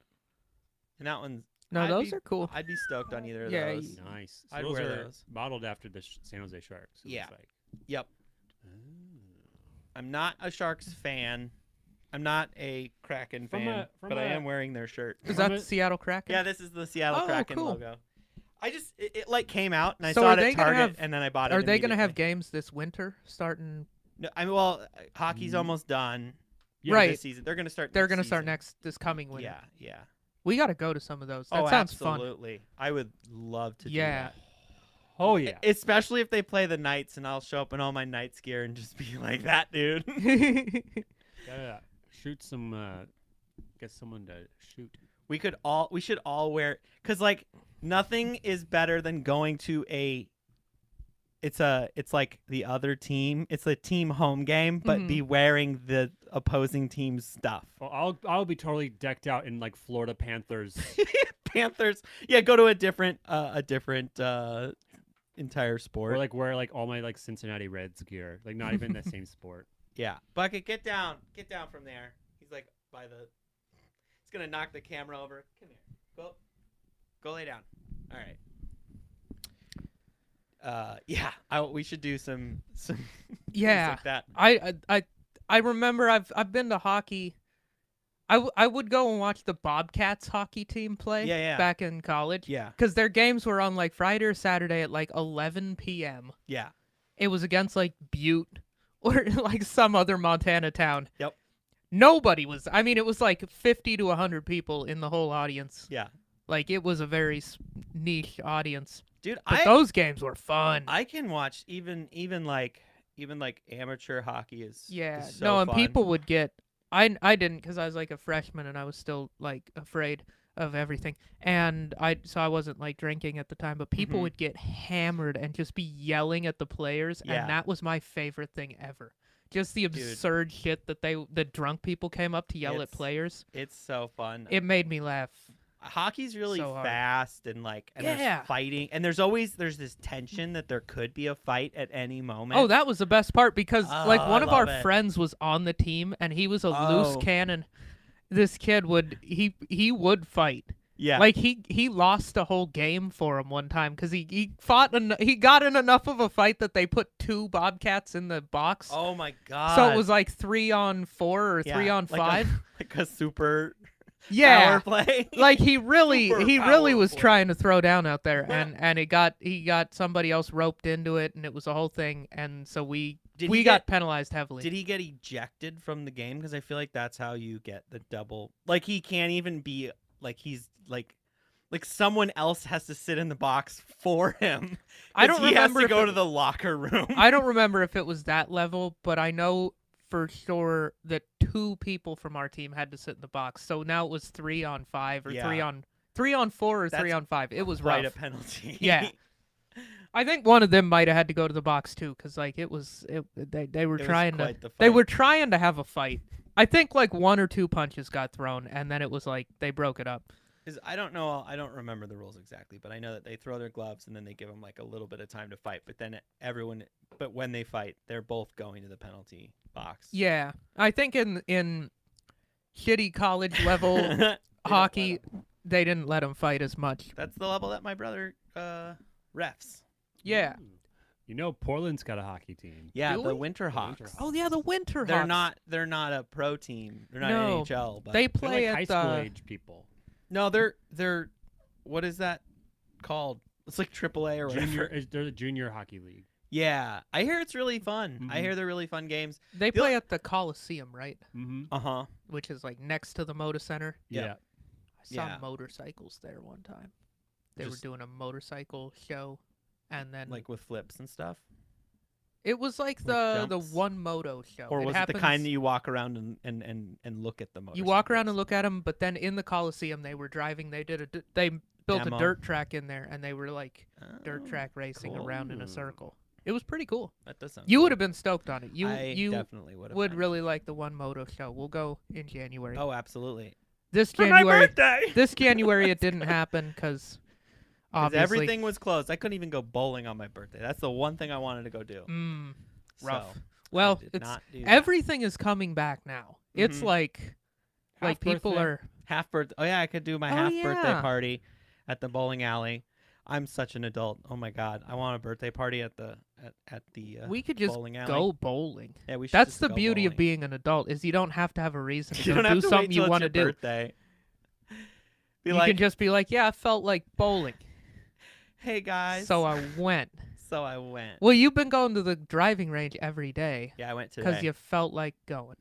S2: and that one's.
S1: no
S2: I'd
S1: those
S2: be-
S1: are cool
S2: I'd be stoked on either of
S1: Yeah,
S2: those.
S1: you-
S3: Nice. So
S2: I'd
S3: those
S2: wear
S3: are
S2: those.
S3: modeled after the sh- San Jose Sharks. it looks
S2: Yeah.
S3: like.
S2: Yep.
S3: Ooh.
S2: I'm not a Sharks fan. I'm not a Kraken
S3: From
S2: fan,
S3: a- from
S2: but I
S3: a-
S2: am wearing their shirt.
S1: is that
S3: From
S1: the
S3: a-
S1: seattle kraken
S2: Yeah, this is the Seattle
S1: Oh,
S2: Kraken
S1: cool.
S2: logo. I just it, it like came out and I
S1: So
S2: saw
S1: are
S2: it at
S1: they gonna
S2: Target
S1: have-
S2: and then I bought it.
S1: are they gonna have
S2: immediately.
S1: games this winter starting
S2: No, I mean, well, uh, hockey's
S3: Mm.
S2: almost done.
S3: Yeah,
S1: Right.
S2: This season they're gonna start.
S1: they're
S2: next
S1: gonna start
S2: season.
S1: next this coming winter
S2: Yeah, yeah.
S1: we gotta go to some of those that
S2: oh,
S1: sounds fun
S2: absolutely. I would love to.
S1: Yeah.
S2: Do
S3: Oh
S2: that.
S3: yeah.
S2: E- Especially if they play the Knights and I'll show up in all my Knights gear and just be [LAUGHS] like that dude.
S3: Gotta shoot some. Uh, get someone to shoot.
S2: we could all we should all wear because like nothing is better than going to a it's a it's like the other team it's a team home game but
S1: Mhm.
S2: be wearing the opposing team's stuff [LAUGHS]
S3: Well, Oh, I'll I'll be totally decked out in like
S2: [LAUGHS]
S3: Florida Panthers.
S2: panthers yeah go to a different uh, a different uh entire sport
S3: or like wear like all my like Cincinnati Reds gear. Like not
S2: [LAUGHS]
S3: even the same sport.
S2: yeah bucket get down get down from there he's like by the he's gonna knock the camera over come here go go lay down all right uh [LAUGHS] yeah I, we should do some some [LAUGHS]
S1: yeah
S2: Things like that.
S1: I I I- I remember I've I've been to hockey. I, w- I would go and watch the Bobcats hockey team play
S2: Yeah, yeah.
S1: back in college
S2: Yeah,
S1: because their games were on like Friday or Saturday at like 11 p.m.
S2: yeah.
S1: It was against like Butte [LAUGHS] or like some other Montana town.
S2: Yep.
S1: Nobody was. I mean, it was like 50 to 100 people in the whole audience.
S2: Yeah.
S1: Like it was a very s- niche audience.
S2: Dude,
S1: But
S2: I
S1: those games were fun.
S2: I can watch even even like even like amateur hockey is is
S1: Yeah.
S2: so
S1: no, and
S2: fun.
S1: people would get. I I didn't because I was like a freshman and I was still like afraid. of everything. And I so I wasn't like drinking at the time, but people
S2: Mhm.
S1: would get hammered and just be yelling at the players,
S2: Yeah.
S1: and that was my favorite thing ever. Just the
S2: Dude.
S1: absurd shit that they the drunk people came up to yell at
S2: It's-
S1: players.
S2: It's so fun.
S1: It made me laugh.
S2: Hockey's really
S1: so hard.
S2: fast and like and
S1: Yeah.
S2: there's fighting and there's always there's this tension that there could be a fight at any moment.
S1: Oh, that was the best part because like
S2: Oh, I
S1: one of our
S2: love it.
S1: friends was on the team and he was a
S2: Oh.
S1: loose cannon. This kid would he he would fight.
S2: yeah.
S1: Like he he lost a whole game for him one time because he he fought en- he got in enough of a fight that they put two bobcats in the box.
S2: oh my god.
S1: so it was like three on four or
S2: Yeah,
S1: three on
S2: like a- [LAUGHS]
S1: five. [LAUGHS]
S2: like a super
S1: yeah,
S2: power play.
S1: [LAUGHS] like
S2: [LAUGHS]
S1: he really
S2: Super
S1: he really was
S2: powerful.
S1: trying to throw down out there, and and it got he got somebody else roped into it, and it was a whole thing, and so we
S2: Did
S1: we
S2: he
S1: got
S2: get-
S1: penalized heavily.
S2: Did he get ejected from the game? Because I feel like that's how you get the double. Like he can't even be like he's like like someone else has to sit in the box for him.
S1: I
S2: 'cause
S1: don't
S2: he
S1: remember
S2: has to
S1: if
S2: go [LAUGHS]
S1: it-
S2: to the locker room.
S1: I don't remember if it was that level, but I know for sure that two people from our team had to sit in the box. So now it was three on five or three
S2: Yeah.
S1: on three on four or three
S2: That's
S1: on five. It was
S2: right
S1: right.
S2: a penalty. [LAUGHS]
S1: Yeah. I think one of them might have had to go to the box too, because like it was, it, they they were
S2: It was
S1: trying to
S2: quite the
S1: they
S2: fight.
S1: were trying to have a fight. I think like one or two punches got thrown, and then it was like they broke it up.
S2: Is I don't know. I don't remember the rules exactly, but I know that they throw their gloves and then they give them like a little bit of time to fight. But then everyone, but when they fight, they're both going to the penalty box.
S1: Yeah, I think in in shitty college level
S2: [LAUGHS]
S1: hockey, they didn't let them fight as much.
S2: That's the level that my brother uh, refs.
S1: Yeah.
S3: Ooh. You know, Portland's got a hockey team.
S2: Yeah,
S1: Do
S2: the
S1: we?
S2: Winter Hawks.
S3: Hawks.
S1: Oh yeah, the Winter.
S2: they're
S1: Hawks.
S2: not. They're not a pro team. They're not
S1: No,
S2: NHL. But
S1: They
S3: They're
S1: play
S3: like
S1: at
S3: high school
S1: the
S3: age people.
S2: no, they're they're. What is that called? It's like AAA or whatever.
S3: Junior, is- they're the junior hockey league.
S2: Yeah, I hear it's really fun. I
S3: Mhm.
S2: hear they're really fun games.
S1: they
S2: The o-
S1: play at the Coliseum, right?
S3: Mm-hmm.
S2: Uh huh.
S1: Which is like next to the Moda Center.
S2: Yeah.
S3: Yeah.
S1: I saw
S2: Yeah.
S1: motorcycles there one time. They
S2: Just-
S1: were doing a motorcycle show, and then like
S2: Like with flips and stuff.
S1: it was like
S2: like
S1: the the
S2: jumps?
S1: one moto show.
S2: Or
S1: it
S2: was it
S1: happens,
S2: the kind that you walk around and and and, and look at the motorcycles?
S1: you walk around and look at them? But then in the Coliseum, they were driving. They did a d- they built
S2: Demo.
S1: a dirt track in there, and they were like dirt
S2: Oh,
S1: track racing
S2: cool.
S1: around in a
S3: Ooh.
S1: circle. It was pretty cool.
S2: That does sound.
S1: You
S2: cool.
S1: would have been stoked on it. You
S2: I
S1: you
S2: definitely would have.
S1: would really like the one moto show. We'll go in January.
S2: Oh, absolutely.
S1: This
S2: For my
S1: January,
S2: birthday.
S1: this January it didn't happen because
S2: [LAUGHS] 'Cause
S1: obviously
S2: everything was closed. I couldn't even go bowling on my birthday. That's the one thing I wanted to go do.
S1: Mm, rough.
S2: So, I
S1: well,
S2: did
S1: it's
S2: not do that.
S1: everything is coming back now. It's
S2: Mhm.
S1: like like people
S3: birthday.
S1: are
S2: half birthday. Oh yeah, I could do my
S1: Oh,
S2: half birthday
S1: yeah.
S2: party at the bowling alley. I'm such an adult. Oh my god, I want a birthday party at the at, at the uh,
S1: we could just
S2: bowling alley.
S1: go bowling.
S2: Yeah, we should
S1: That's
S2: just
S1: the
S2: go
S1: beauty of
S2: bowling.
S1: being an adult is you don't have to have a reason
S2: [LAUGHS]
S1: to
S2: You
S1: go
S2: don't have
S1: do
S2: to wait
S1: something
S2: till
S1: you
S2: it's
S1: want to
S2: your
S1: do.
S2: Birthday. Be
S1: You
S2: like,
S1: can just be like, "Yeah, I felt like bowling,
S2: hey guys.
S1: so
S2: [LAUGHS]
S1: uh, I went."
S2: so I went.
S1: Well, you've been going to the driving range every day
S2: Yeah, I went today.
S1: because you felt like going.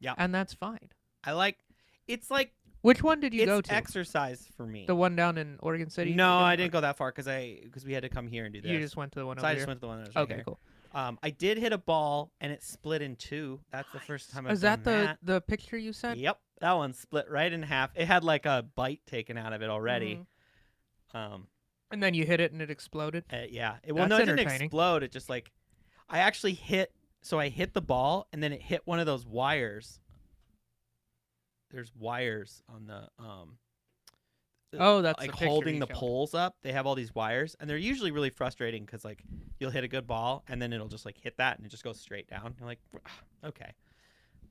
S2: Yeah.
S1: and that's fine.
S2: I like. It's like
S1: Which one did you
S2: it's
S1: go to?
S2: exercise for me.
S1: The one down in Oregon City?
S2: no,
S1: Okay.
S2: I didn't go that far because I because we had to come here and do this.
S1: You just went to the one
S2: so
S1: over
S2: I
S1: here.
S2: just went to the one that was right
S1: okay,
S2: here.
S1: cool.
S2: Um, I did hit a ball and it split in two. That's the first time I've
S1: Is that the
S2: done
S1: the picture you
S2: that.
S1: sent?
S2: Yep, that one split right in half. It had like a bite taken out of it already.
S1: Mhm.
S2: Um,
S1: And then you hit it and it exploded.
S2: uh, yeah. It, well, no,
S1: That's
S2: it didn't
S1: entertaining.
S2: explode. It just like I actually hit. So I hit the ball and then it hit one of those wires. There's wires on the um Uh,
S1: Oh, that's
S2: like
S1: the picture
S2: holding
S1: you
S2: the
S1: showed.
S2: poles up. They have all these wires, and they're usually really frustrating because like you'll hit a good ball, and then it'll just like hit that, and it just goes straight down. You're like, "Ah, [SIGHS] okay,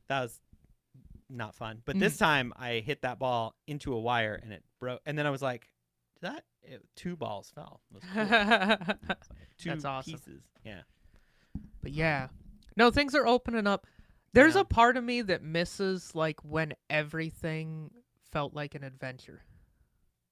S2: that was not fun. But
S1: Mm.
S2: this time I hit that ball into a wire, and it broke. And then I was like, that it, two balls fell.
S1: [LAUGHS]
S2: It was cool. It's like two
S1: That's awesome.
S2: pieces. Yeah.
S1: [LAUGHS] but yeah, no, things are opening up. There's
S2: Yeah.
S1: a part of me that misses like when everything felt like an adventure.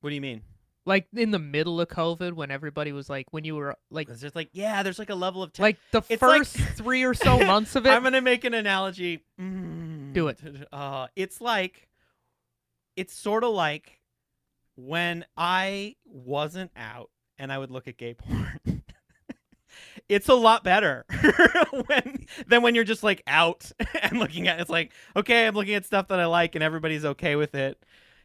S2: What do you mean?
S1: Like in the middle of COVID, when everybody was like, when you were like,
S2: It's just like yeah, there's like a level of tech.
S1: like the
S2: it's like-
S1: first three
S2: [LAUGHS]
S1: or so months of it.
S2: I'm gonna make an analogy. Mm,
S1: Do it.
S2: [LAUGHS] Uh, it's like, it's sort of like when I wasn't out and I would look at gay porn. [LAUGHS] it's a lot better [LAUGHS] when than when you're just like [LAUGHS] out and looking at. It's like okay, I'm looking at stuff that I like and everybody's okay with it.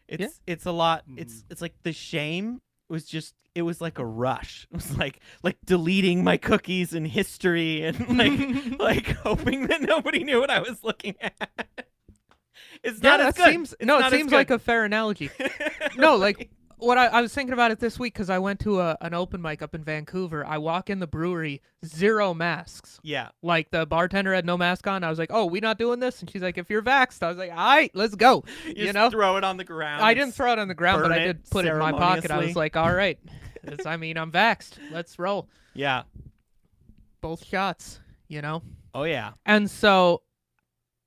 S2: It's it's a lot. It's
S3: Mhm.
S2: it's like the shame was just it was like a rush. [LAUGHS] It was like like deleting my cookies and history and like [LAUGHS]
S1: [LAUGHS]
S2: like hoping that nobody knew what I was looking at. It's
S1: yeah,
S2: not
S1: that
S2: as good.
S1: seems
S2: It's
S1: no,
S2: not
S1: it
S2: as
S1: seems
S2: good.
S1: like a
S2: [LAUGHS]
S1: fair analogy. No, like what I, I was thinking about it this week because I went to a, an open mic up in Vancouver. I walk in the brewery, zero masks.
S2: yeah,
S1: Like the bartender had no mask on. I was like, "Oh, we not doing this?" And she's like, "If you're vaxxed," I was like, "All right, let's go."
S2: you,
S1: You
S2: just
S1: know?
S2: throw it on the ground.
S1: I didn't throw it on the ground, but
S2: burn
S1: I
S2: it
S1: did put it in my pocket. I
S2: ceremoniously.
S1: was like, "All
S2: [LAUGHS]
S1: right, it's, I mean, I'm vaxxed. Let's roll
S2: Yeah.
S1: both shots." You know.
S2: Oh yeah.
S1: And so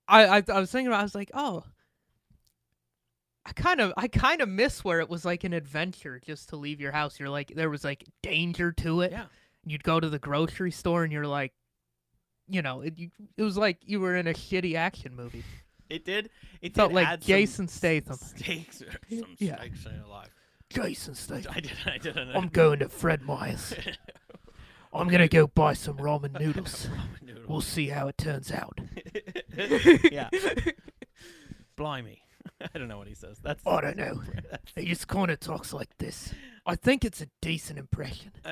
S1: I, I I was thinking about I was like, oh I kind of I kind of miss where it was like an adventure just to leave your house. You're like there was like danger to it.
S2: Yeah.
S1: You'd go to the grocery store and you're like you know, it, you, it was like you were in a shitty action movie.
S2: It did. It
S1: Felt
S2: did
S1: like
S2: add some
S1: Jason Statham.
S2: Stakes.
S1: [LAUGHS]
S2: Some
S1: Yeah. Um,
S2: stakes in your life. [LAUGHS]
S1: Jason Statham.
S2: I did. I did. an-
S1: [LAUGHS] I'm going to
S2: [LAUGHS]
S1: Fred Meyer's. I'm going to go buy some ramen
S2: [LAUGHS]
S1: noodles.
S2: Ramen noodle.
S1: We'll see how it turns out.
S2: yeah.
S1: [LAUGHS]
S2: Blimey. [LAUGHS] I don't know what he says. That's
S1: I don't know. He just kind of talks like this. I think it's a decent impression.
S2: [LAUGHS] uh,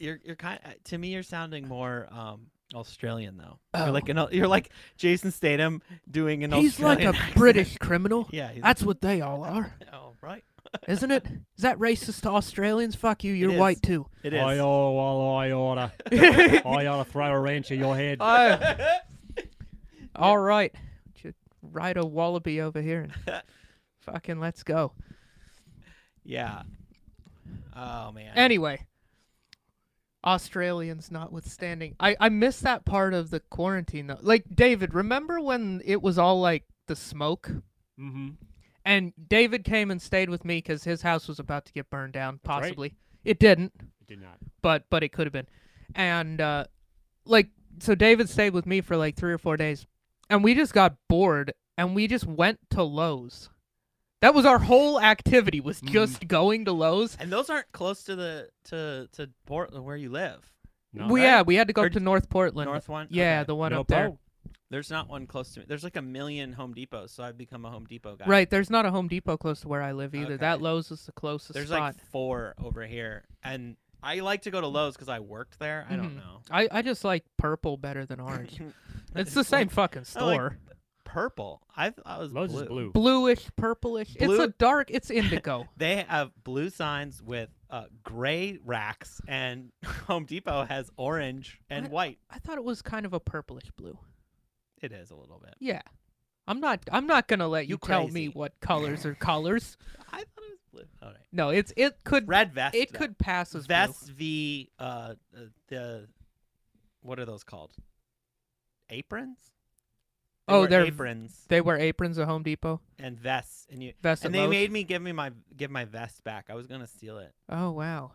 S2: you're you're kind uh, to me you're sounding more um Australian though.
S1: Oh.
S2: You're like an Au- you're like Jason Statham doing an
S1: He's like
S2: Australian
S1: a
S2: [LAUGHS] accent.
S1: British criminal.
S2: Yeah, he's
S1: That's what they all are,
S2: oh, right.
S1: isn't it? Is that racist to Australians? Fuck you, you're
S2: is.
S1: white too.
S2: It is.
S3: I oughta,
S1: [LAUGHS]
S3: I oughta, I oughta throw a wrench in your head.
S1: Uh,
S2: Oh.
S1: [LAUGHS] all right. Just ride a wallaby over here
S2: [LAUGHS]
S1: and fucking let's go.
S2: yeah. Oh man.
S1: Anyway, Australians notwithstanding, I I miss that part of the quarantine though. Like David, remember when it was all like the smoke?
S3: mm-hmm.
S1: And David came and stayed with me because his house was about to get burned down.
S3: right.
S1: Possibly it didn't,
S3: Did not.
S1: but but it could have been. And uh, like so, David stayed with me for like three or four days, and we just got bored and we just went to Lowe's. That was our whole activity was
S3: Mm.
S1: just going to Lowe's.
S2: and those aren't close to the to to Portland where you live.
S3: No.
S1: we,
S2: right.
S1: Yeah, we had to go
S2: Or
S1: up to North Portland.
S2: North one.
S1: yeah,
S2: Okay.
S1: the one
S3: No
S1: up there.
S3: po.
S2: There's not one close to me. There's like a million Home Depots, so I've become a Home Depot guy.
S1: Right, there's not a Home Depot close to where I live either. That
S2: Okay.
S1: Lowe's is the closest
S2: There's
S1: spot.
S2: like four over here, and I like to go to Lowe's because I worked there. I
S1: Mhm.
S2: don't know.
S1: I, I just like purple better than
S2: [LAUGHS]
S1: orange. it's the same fucking
S2: I like
S1: store.
S2: Purple. I th- I was
S3: Lowe's
S2: blue.
S3: is blue.
S1: bluish, purplish. It's
S2: Blue-
S1: a dark.
S2: [LAUGHS]
S1: It's indigo.
S2: They have blue signs with uh, gray racks, and [LAUGHS] Home Depot has orange and
S1: What?
S2: white.
S1: I thought it was kind of a purplish blue.
S2: It is a little bit.
S1: Yeah, I'm not. I'm not gonna let you,
S2: You
S1: tell me
S2: crazy.
S1: what colors are colors.
S2: I thought it was blue. All right.
S1: No, it's it could
S2: Red vest.
S1: it
S2: though.
S1: could pass as
S2: vest v uh uh, the what are those called? Aprons. They
S1: Oh,
S2: wear
S1: they're-
S2: aprons
S1: blue. They wear aprons at Home Depot.
S2: and vests, and you
S1: Vests
S2: and
S1: at
S2: they
S1: Lowe's.
S2: made me give me my give my vest back. I was gonna steal it.
S1: Oh wow,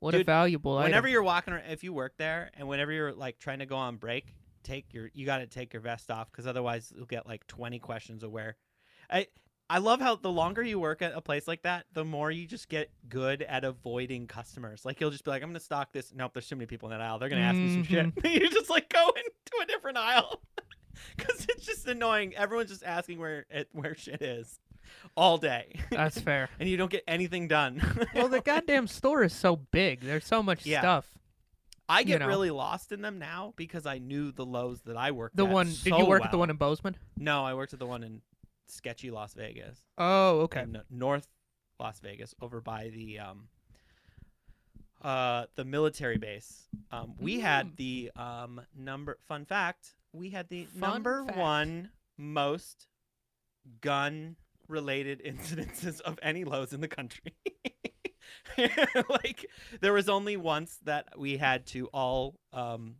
S1: what a
S2: Dude,
S1: valuable
S2: whenever
S1: item.
S2: you're walking around, if you work there and whenever you're like trying to go on break take your you got to take your vest off because otherwise you'll get like 20 questions of where i i love how the longer you work at a place like that the more you just get good at avoiding customers like you'll just be like i'm gonna stock this nope there's too many people in that aisle they're gonna ask me some shit [LAUGHS] you just like go into a different aisle [LAUGHS] because it's just annoying everyone's just asking where it where shit is all day [LAUGHS]
S1: That's fair.
S2: and you don't get anything done [LAUGHS]
S1: Well, the goddamn store is so big. There's so much
S2: Yeah.
S1: stuff.
S2: I
S1: you
S2: get
S1: know.
S2: really lost in them now because I knew the lows that I worked
S1: The
S2: at.
S1: one
S2: so
S1: did you work
S2: well.
S1: at the one in Bozeman?
S2: No, I worked at the one in sketchy Las Vegas.
S1: Oh, okay.
S2: in North Las Vegas over by the um uh the military base. Um we had the um number fun fact, we had the
S1: Fun
S2: number
S1: fact.
S2: 1 most gun related [LAUGHS] incidences of any Lowe's in the country. [LAUGHS] like there was only once that we had to all um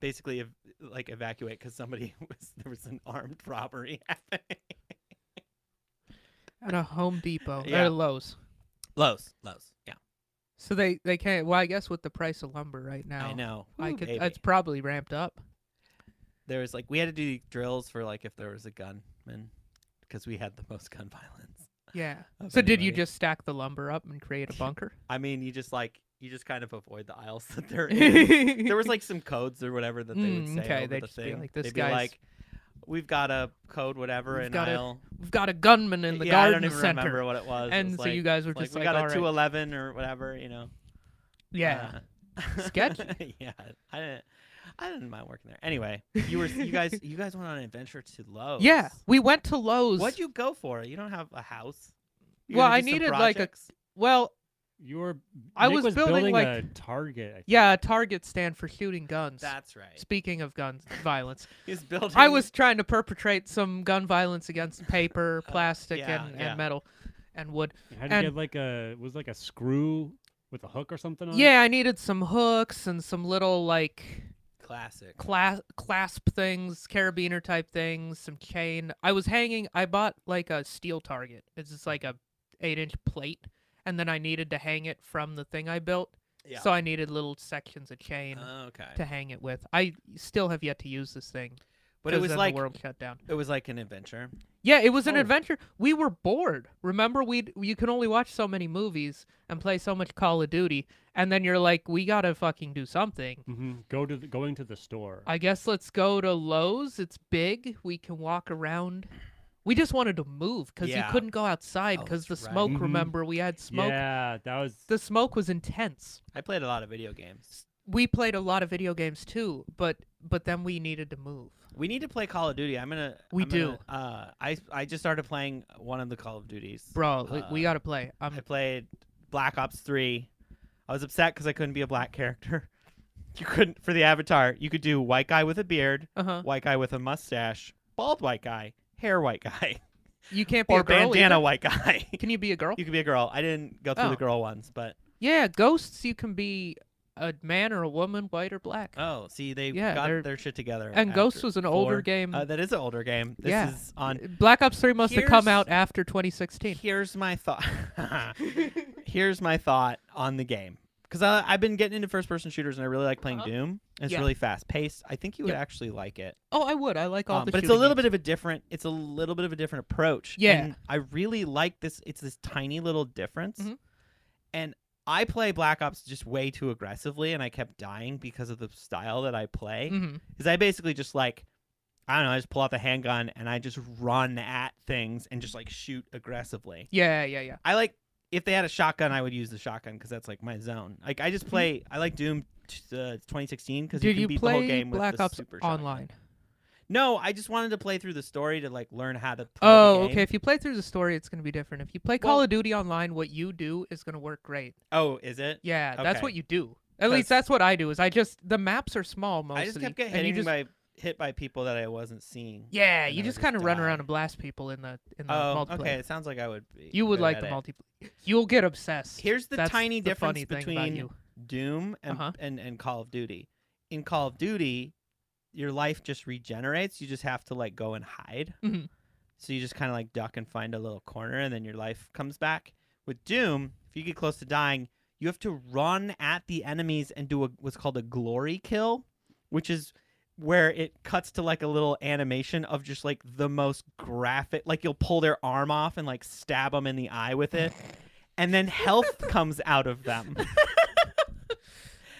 S2: basically ev- like evacuate cuz somebody [LAUGHS] was there was an armed robbery [LAUGHS] happening.
S1: At a Home Depot or
S2: Yeah.
S1: a Lowe's.
S2: Lowe's, Lowe's. Yeah.
S1: So they they can't. Well, I guess with the price of lumber right now,
S2: I know.
S1: I
S2: Whew,
S1: could.
S2: baby.
S1: It's probably ramped up.
S2: there was like we had to do drills for like if there was a gunman because we had the most gun violence.
S1: Yeah.
S2: of
S1: So did you
S2: anybody.
S1: just stack the lumber up and create a
S2: [LAUGHS]
S1: bunker?
S2: I mean, you just like you just kind of avoid the aisles that they're in.
S1: [LAUGHS] there
S2: there was like some codes or whatever that they would
S1: Mm,
S2: say
S1: okay,
S2: over
S1: they'd
S2: the
S1: just be
S2: thing.
S1: like, this
S2: They'd
S1: guy's-
S2: be like, we've got a code whatever
S1: We've
S2: and
S1: got a-
S2: I'll
S1: We've got a gunman in the
S2: yeah, I
S1: garden
S2: don't even
S1: center.
S2: remember what it was. It
S1: and
S2: was
S1: so
S2: like,
S1: you guys were
S2: like,
S1: just
S2: we
S1: like,
S2: got
S1: "All
S2: a
S1: right."
S2: two eleven or whatever, you know.
S1: yeah. [LAUGHS]
S2: Uh,
S1: Sketchy.
S2: [LAUGHS] yeah, I didn't. I didn't mind working there. Anyway, you were you guys you guys went on an adventure to Lowe's.
S1: Yeah, we went to Lowe's.
S2: What'd you go for? You don't have a house. You
S1: Well,
S2: gonna
S1: I
S2: do some
S1: needed, like, a-
S2: projects?
S1: Well,
S3: You were.
S1: I
S3: Nick
S1: was building, like-
S3: a target. I think.
S1: yeah, a target stand for shooting guns.
S2: That's right.
S1: Speaking of
S2: [LAUGHS]
S1: guns violence,
S2: He's building.
S1: I was trying to perpetrate some gun
S2: [LAUGHS]
S1: violence against paper,
S2: Uh,
S1: plastic,
S2: yeah,
S1: and,
S2: yeah.
S1: and metal, and wood.
S3: You had to
S1: and-
S3: get like a it was like a screw with a hook or something on
S2: Mm.
S3: it.
S1: Yeah, I needed some hooks and some little like
S2: classic.
S1: clas- clasp things, carabiner type things, some chain. I was hanging. I bought like a steel target. It's just like a eight inch plate, and then I needed to hang it from the thing I built.
S2: Yeah. Uh, Oh,
S1: So I needed little sections of chain.
S2: okay.
S1: to hang it with. I still have yet to use this thing.
S2: But it
S1: 'cause
S2: was
S1: then
S2: like
S1: the world shut down.
S2: it was like an adventure.
S1: Yeah, it was an
S3: Oh.
S1: adventure. We were bored. Remember, we you can only watch so many movies and play so much Call of Duty, and then you're like, we gotta fucking do something.
S3: hmm Go to the, going to the store.
S1: I guess let's go to Lowe's. It's big. We can walk around. We just wanted to move because
S2: Yeah.
S1: you couldn't go outside
S2: Oh,
S1: because the
S2: that's right.
S1: smoke.
S3: Mhm.
S1: Remember, we had smoke.
S3: Yeah, that was.
S1: The smoke was intense.
S2: I played a lot of video games.
S1: We played a lot of video games too, but but then we needed to move.
S2: We need to play Call of Duty. I'm gonna.
S1: We
S2: I'm gonna- uh, I I just started playing one of the Call of Duties.
S1: Bro, um we- we
S2: Uh,
S1: gotta play. I'm
S2: I played Black Ops Three. I was upset because I couldn't be a black character. [LAUGHS] You couldn't for the avatar. You could do white guy with a beard,
S1: uh huh.
S2: white guy with a mustache, bald white guy, hair white guy,
S1: You can't be
S2: or
S1: a girl.
S2: bandana
S1: either?
S2: white guy. [LAUGHS]
S1: Can you be a girl?
S2: you could be a girl. I didn't go through
S1: Oh.
S2: the girl ones, but
S1: Yeah, ghosts. You can be a man or a woman, white or black.
S2: oh, see, they
S1: Yeah, they're-
S2: got their shit together.
S1: and Ghosts
S2: after
S1: was an older
S2: four.
S1: game.
S2: Uh, that is an older game. This
S1: Yeah.
S2: is on.
S1: Black Ops Three must have
S2: here's-
S1: come out after 2016.
S2: Here's my
S1: [LAUGHS]
S2: thought. [LAUGHS] Here's my thought on the game because I've been getting into first-person shooters and I really like playing
S1: Uh-huh.
S2: Doom. and It's
S1: Yeah.
S2: really fast-paced. I think you would
S1: Yep.
S2: actually like it.
S1: Oh, I would. I like all
S2: Um,
S1: the.
S2: but it's a little bit of a different. It's a little bit of a different approach.
S1: Yeah.
S2: and I really like this. It's this tiny little difference,
S1: Mhm.
S2: and I play Black Ops just way too aggressively, and I kept dying because of the style that I play. Because
S1: hmm
S2: I basically just like, I don't know, I just pull out the handgun and I just run at things and just like shoot aggressively.
S1: Yeah, yeah, yeah.
S2: I like if they had a shotgun, I would use the shotgun because that's like my zone. Like I just play. I like Doom. T- uh, 2016 because you
S1: Did
S2: can
S1: Mm-hmm. you,
S2: beat the whole
S1: play
S2: game
S1: Black
S2: with the
S1: Ops
S2: super shotgun.
S1: online?
S2: No, I just wanted to play through the story to like learn how to. Play
S1: Oh,
S2: the game.
S1: okay. If you play through the story, it's gonna be different. If you play Call
S2: Well-
S1: of Duty online, what you do is gonna work great.
S2: Oh, is it?
S1: Yeah, that's
S2: Okay.
S1: what you do. At least
S2: 'Cause-
S1: that's what I do. Is I just the maps are small mostly.
S2: I just kept getting
S1: and you
S2: hit
S1: just-
S2: by hit by people that I wasn't seeing.
S1: Yeah,
S2: and I
S1: you
S2: would
S1: just
S2: just
S1: kind of run
S2: die.
S1: around and blast people in the in the
S2: Oh,
S1: multiplayer.
S2: okay. It sounds like I would be.
S1: You would
S2: good
S1: like
S2: at
S1: the
S2: it.
S1: multiplayer. You'll get obsessed.
S2: Here's the
S1: That's
S2: tiny
S1: the
S2: difference
S1: funny thing about
S2: between
S1: you.
S2: Doom and,
S1: Uh-huh.
S2: and and Call of Duty. In Call of Duty, your life just regenerates. You just have to like go and hide.
S1: Mhm.
S2: So you just kind of like duck and find a little corner, and then your life comes back. With Doom, if you get close to dying, you have to run at the enemies and do a, what's called a glory kill, which is where it cuts to like a little animation of just like the most graphic like you'll pull their arm off and like stab them in the eye with it and then health comes out of them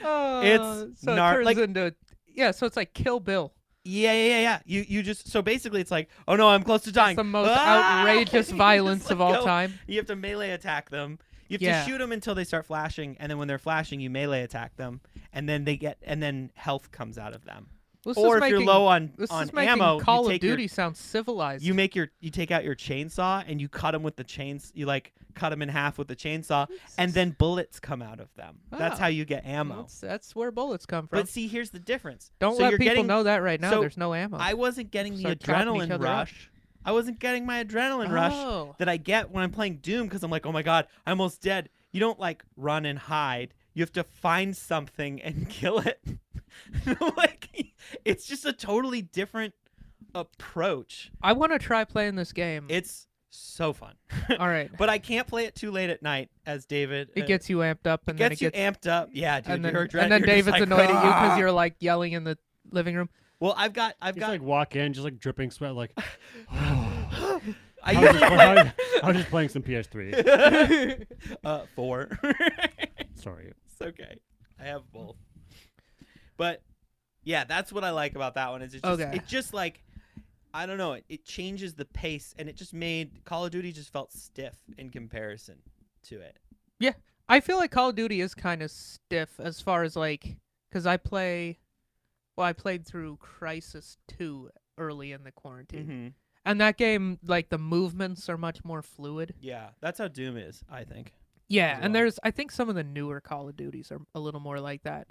S1: Uh, so
S2: Oh, nar-
S1: it turns
S2: like-
S1: into yeah. So it's like Kill Bill.
S2: yeah yeah yeah yeah you you just so basically it's like oh no i'm close to
S1: It's
S2: dying
S1: the most
S2: Ah! [LAUGHS] You
S1: outrageous
S2: just,
S1: violence
S2: like,
S1: of all
S2: go-
S1: time.
S2: you have to melee attack them you have
S1: Yeah.
S2: to shoot them until they start flashing and then when they're flashing you melee attack them and then they get and then health comes out of them
S1: This
S2: or
S1: is
S2: if
S1: making,
S2: you're low on
S1: this
S2: on
S1: is making
S2: ammo
S1: Call
S2: you
S1: of
S2: take your
S1: Duty sounds civilized.
S2: you make your you take out your chainsaw and you cut them with the chains you like cut them in half with the chainsaw and then bullets come out of them that's
S1: Oh.
S2: how you get ammo
S1: that's, that's where bullets come from.
S2: but see here's the difference
S1: Don't
S2: So
S1: let
S2: you're
S1: people
S2: getting-
S1: know that right now.
S2: so
S1: There's no ammo.
S2: i wasn't getting the
S1: Start chopping each
S2: adrenaline
S1: other up.
S2: rush i wasn't getting my adrenaline rush
S1: Oh.
S2: that i get when i'm playing doom because i'm like oh my god i'm almost dead you don't like run and hide you have to find something and [LAUGHS] kill it like it's just a totally different approach
S1: I want to try playing this game.
S2: it's so fun
S1: All right,
S2: But I can't play it too late at night, as David.
S1: it
S2: uh,
S1: gets you amped up, and then it
S2: gets you
S1: gets
S2: amped up. Yeah, dude.
S1: and then,
S2: you're adre-
S1: and
S2: [LAUGHS]
S1: then
S2: you're just
S1: David's
S2: like,
S1: annoyed at you because
S2: "Ah!"
S1: you're like yelling in the living room.
S2: Well, I've got, I've
S3: He's
S2: got.
S3: like walk in, just like dripping
S1: [LAUGHS]
S3: sweat, like.
S2: [GASPS] I
S3: I was just,
S2: usually [LAUGHS]
S3: playing, I was just playing
S1: [LAUGHS]
S3: some PS3.
S2: play. uh, four. [LAUGHS]
S3: Sorry.
S2: it's okay. I have both. But yeah, that's what I like about that one. Is it's just,
S1: Okay.
S2: it's just like. I don't know. It, it changes the pace, and it just made Call of Duty just felt stiff in comparison to it.
S1: I feel like Call of Duty is kind of stiff as far as like because I play, well, I played through Crisis Two early in the quarantine,
S2: Mm-hmm.
S1: and that game like the movements are much more fluid.
S2: Yeah, that's how Doom is. I think.
S1: Yeah,
S2: as well.
S1: and there's I think some of the newer Call of Duties are a little more like that.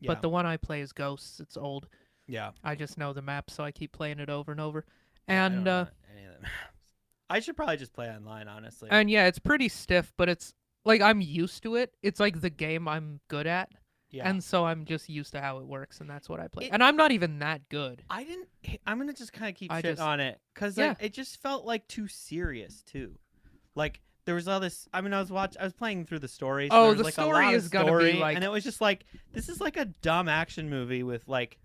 S2: Yeah.
S1: But the one I play is Ghosts. It's old.
S2: yeah.
S1: I just know the map, so I keep playing it over and over.
S2: I
S1: And
S2: don't
S1: uh,
S2: know any of them. [LAUGHS] I should probably just play online, honestly.
S1: and yeah, it's pretty stiff, but it's like I'm used to it. It's like the game I'm good at,
S2: yeah.
S1: and so I'm just used to how it works, and that's what I play.
S2: It-
S1: and I'm not even that good.
S2: I didn't. h- I'm gonna just kind of keep
S1: I
S2: shit
S1: just-
S2: on it because like it just felt like too serious too. Like there was all this. I mean, I was watch. I was playing through the story. so
S1: Oh,
S2: there was,
S1: the
S2: like,
S1: story
S2: a lot of
S1: is gonna be,
S2: story,
S1: like-
S2: and it was just like this is like a dumb action movie with like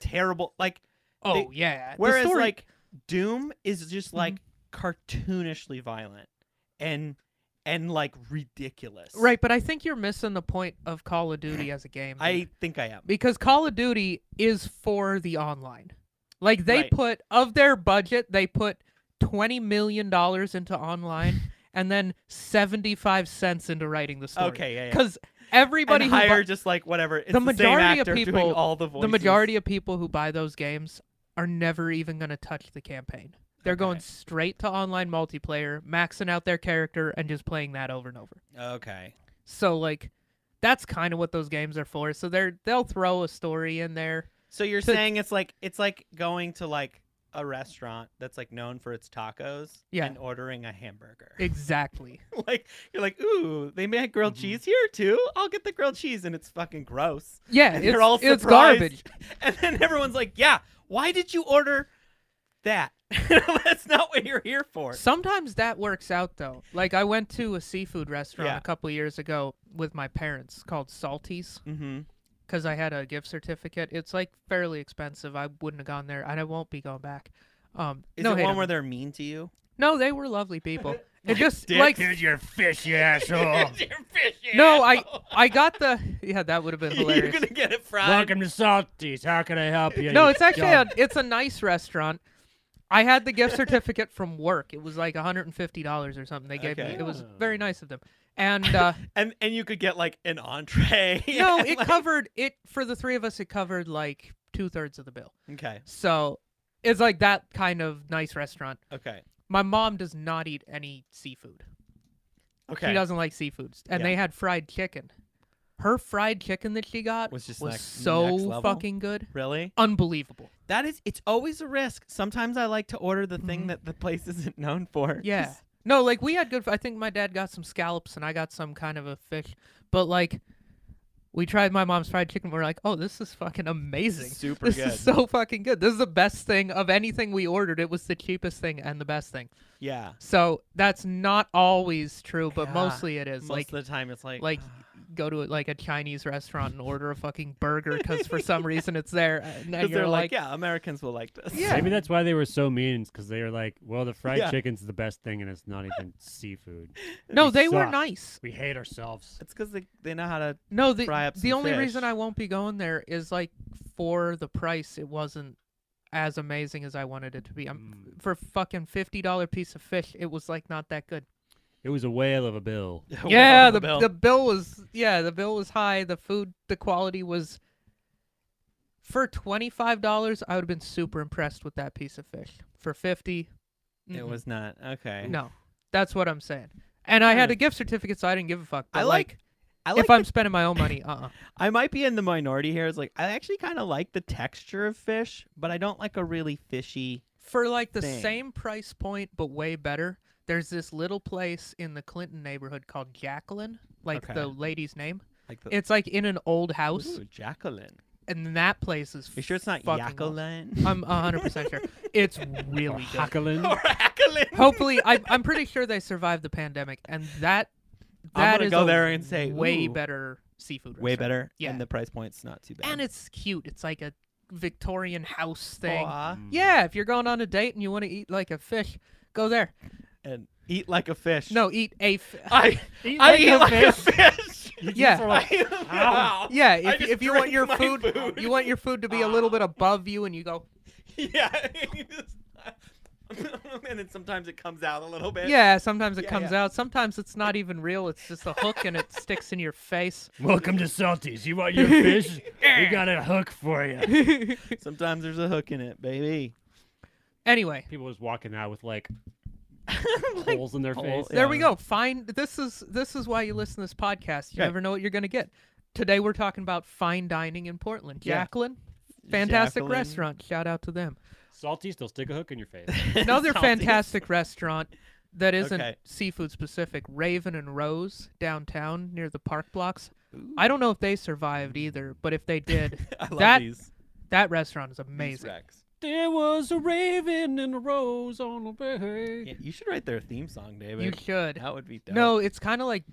S2: terrible like.
S1: Oh yeah. the
S2: Whereas
S1: story- Mm-hmm.
S2: like Doom is just like cartoonishly violent and and like ridiculous.
S1: right, but I think you're missing the point of Call of
S2: [CLEARS THROAT]
S1: Duty as a game. dude.
S2: I think I am.
S1: because Call of Duty is for the online. Like they
S2: Right.
S1: put of their budget, they put twenty million dollars into online,
S2: [LAUGHS]
S1: and then seventy-five cents into writing the story.
S2: Okay. Yeah. yeah.
S1: because everybody
S2: and
S1: who bu-
S2: hire just like whatever. It's the, same
S1: majority of
S2: actor doing
S1: people-
S2: all the voices.
S1: the majority of people who buy those games are never even going to touch the campaign. They're going
S2: Okay.
S1: straight to online multiplayer, maxing out their character, and just playing that over and over.
S2: Okay.
S1: So like, that's kind of what those games are for. So they're they'll throw a story in there.
S2: So you're
S1: So-
S2: saying it's like it's like going to like a restaurant that's like known for its tacos
S1: Yeah.
S2: and ordering a hamburger.
S1: Exactly.
S2: [LAUGHS] like you're like, ooh, they make grilled
S3: Mhm.
S1: Mm-hmm.
S2: cheese here too. I'll get the grilled cheese and it's fucking gross. [LAUGHS]
S1: Yeah,
S2: And
S1: it's,
S2: they're all
S1: it's
S2: surprised.
S1: garbage.
S2: And then everyone's like, yeah, why did you order that? [LAUGHS] that's not what you're here for.
S1: Sometimes that works out though. Like I went to a seafood restaurant
S2: Yeah.
S1: a couple years ago with my parents called Salties.
S2: Mm-hmm.
S1: because I had a gift certificate. It's like fairly expensive. I wouldn't have gone there, and I won't be going back. Um,
S2: Is
S1: no
S2: it
S1: hate
S2: one
S1: on
S2: where
S1: them.
S2: they're mean to you?
S1: no, they were
S2: [LAUGHS]
S1: lovely people. It just
S2: dick.
S1: like
S3: Here's your fish,
S2: [LAUGHS]
S1: [LAUGHS]
S3: you asshole.
S2: You're fishy,
S1: no, I [LAUGHS]
S2: asshole. [LAUGHS]
S1: I got the yeah that would have been
S2: You're
S1: hilarious.
S2: gonna get it fried.
S3: Welcome to Salties. How can I help you?
S1: No,
S3: you
S1: it's actually
S3: dumb
S1: a, it's a nice restaurant. I had the gift certificate from work. It was like $150 or something they gave
S2: Okay.
S1: me. It was very nice of them. And uh,
S2: and and you could get like an entree. [LAUGHS]
S1: no,
S2: and,
S1: it
S2: like-
S1: covered it for the three of us. It covered like two thirds of the bill.
S2: Okay,
S1: So it's like that kind of nice restaurant.
S2: okay,
S1: My mom does not eat any seafood.
S2: okay.
S1: She doesn't like seafoods. And
S2: Yeah.
S1: they had fried chicken. Her fried chicken that she got
S2: Was just next- next
S1: so
S2: level?
S1: fucking good.
S2: Really?
S1: Unbelievable.
S2: That is. It's always a risk. Sometimes I like to order the thing
S1: Mhm.
S2: that the place [LAUGHS] isn't known for.
S1: Yeah.
S2: Just-
S1: [LAUGHS] No, like we had good I think my dad got some scallops and I got some kind of a fish. But like we tried my mom's fried chicken. We're like, "Oh, this is fucking amazing.
S2: Super
S1: This
S2: good.
S1: is so fucking good. This is the best thing of anything we ordered. It was the cheapest thing and the best thing."
S2: [LAUGHS] yeah.
S1: So, that's not always true, but
S2: Yeah.
S1: mostly it is.
S2: Most
S1: like
S2: of the time, it's like [LAUGHS]
S1: like go to like a Chinese restaurant and order a fucking burger because for
S2: [LAUGHS]
S1: some reason it's there. And then
S2: because
S1: you're
S2: they're like,
S1: like,
S2: yeah, Americans will like this.
S1: Yeah.
S3: Maybe that's why they were so mean, because they were like, "Well, the fried
S2: Yeah.
S3: chicken's the best thing, and it's not even seafood.
S1: no,
S3: we
S1: they were
S3: suck.
S1: nice.
S3: We hate ourselves."
S2: [LAUGHS] It's because they, they know how to. [LAUGHS]
S1: No, the
S2: Fry up
S1: the
S2: some
S1: only
S2: fish.
S1: reason I won't be going there is like for the price, it wasn't as amazing as I wanted it to be. I'm
S3: Mm.
S1: for a fucking fifty dollar piece of fish, it was like not that good.
S3: It was a whale of a bill.
S1: yeah,
S2: Well,
S1: the
S2: Bill.
S1: the bill was yeah the bill was high. The food, the quality was. For twenty five dollars, I would have been super impressed with that piece of fish. For fifty,
S2: it
S1: mm-mm.
S2: was not okay.
S1: mm-hmm. No, that's what I'm saying. And I had
S2: Yeah.
S1: a gift certificate, so I didn't give a fuck. But
S2: I
S1: like,
S2: like. I like.
S1: if I'm spending my own money, uh, uh
S2: I might be in the minority here. It's like I actually kind of like the texture of fish, but I don't like a really fishy.
S1: for like the
S2: Thing.
S1: same price point but way better. There's this little place in the Clinton neighborhood called Jacqueline, like
S2: Okay.
S1: the lady's name.
S2: Like the
S1: It's like in an old house,
S2: Ooh, Jacqueline.
S1: and that place is.
S2: You sure it's not
S1: fucking awesome. Um,
S2: Jacqueline?
S1: [LAUGHS] I'm 100 percent sure. It's really good.
S3: Huckling.
S2: or [LAUGHS] Jacqueline.
S1: Hopefully, I, I'm pretty sure they survived the pandemic, and that
S2: I'm
S1: that
S2: gonna
S1: is
S2: go
S1: a
S2: there and say
S1: way
S2: "Ooh,
S1: better seafood.
S2: way
S1: restaurant.
S2: better.
S1: Yeah.
S2: and the price point's not too bad.
S1: and it's cute. It's like a Victorian house thing.
S2: Aw.
S3: Mm.
S2: [LAUGHS]
S1: Yeah, if you're going on a date and you want to eat like a fish, go there.
S2: and eat like a fish.
S1: No, eat a. F-
S2: I
S3: Eat
S2: I
S3: like
S2: eat
S3: a
S2: like [LAUGHS] a
S3: fish.
S2: fish.
S3: You just
S1: Yeah.
S3: were like,
S1: [LAUGHS]
S2: wow.
S1: yeah,
S2: I
S1: if,
S2: just
S1: if you want
S2: drank
S1: your
S2: my
S1: food,
S2: food. Ah.
S1: you want your food to be a little bit above you, and you go.
S2: Yeah. [LAUGHS] and then sometimes it comes out a little bit.
S1: Yeah, sometimes it
S2: Yeah,
S1: comes out. Sometimes it's not even real. It's just a hook and it sticks in
S2: [LAUGHS]
S1: your face.
S3: Welcome to Salties. You want your fish? we got a hook for you.
S2: Sometimes there's a hook in it, baby.
S1: anyway,
S3: People just walking out with like
S2: [LAUGHS] Like,
S3: holes in their
S2: hole-
S3: face.
S1: there we
S2: Yeah.
S1: go. Find this is this is why you listen to this podcast. You
S2: Okay.
S1: never know what you're gonna get. Today we're talking about fine dining in Portland.
S2: Yeah.
S1: Jacqueline, fantastic
S2: Jacqueline. [LAUGHS]
S1: restaurant. Shout out to them.
S3: Salty still stick a hook in your face.
S1: Another
S2: Salty as [LAUGHS]
S1: fantastic restaurant that isn't
S2: Okay.
S1: seafood specific. Raven and Rose downtown near the park blocks. I don't know if they survived either, but if they did,
S2: [LAUGHS] I love
S1: That-
S2: these.
S1: that restaurant is
S2: Amazing.
S1: amazing.
S3: There was a raven and a rose on a bay.
S2: Yeah, you should write their theme song, David.
S1: You should.
S2: That would be dope.
S1: No, it's kind of like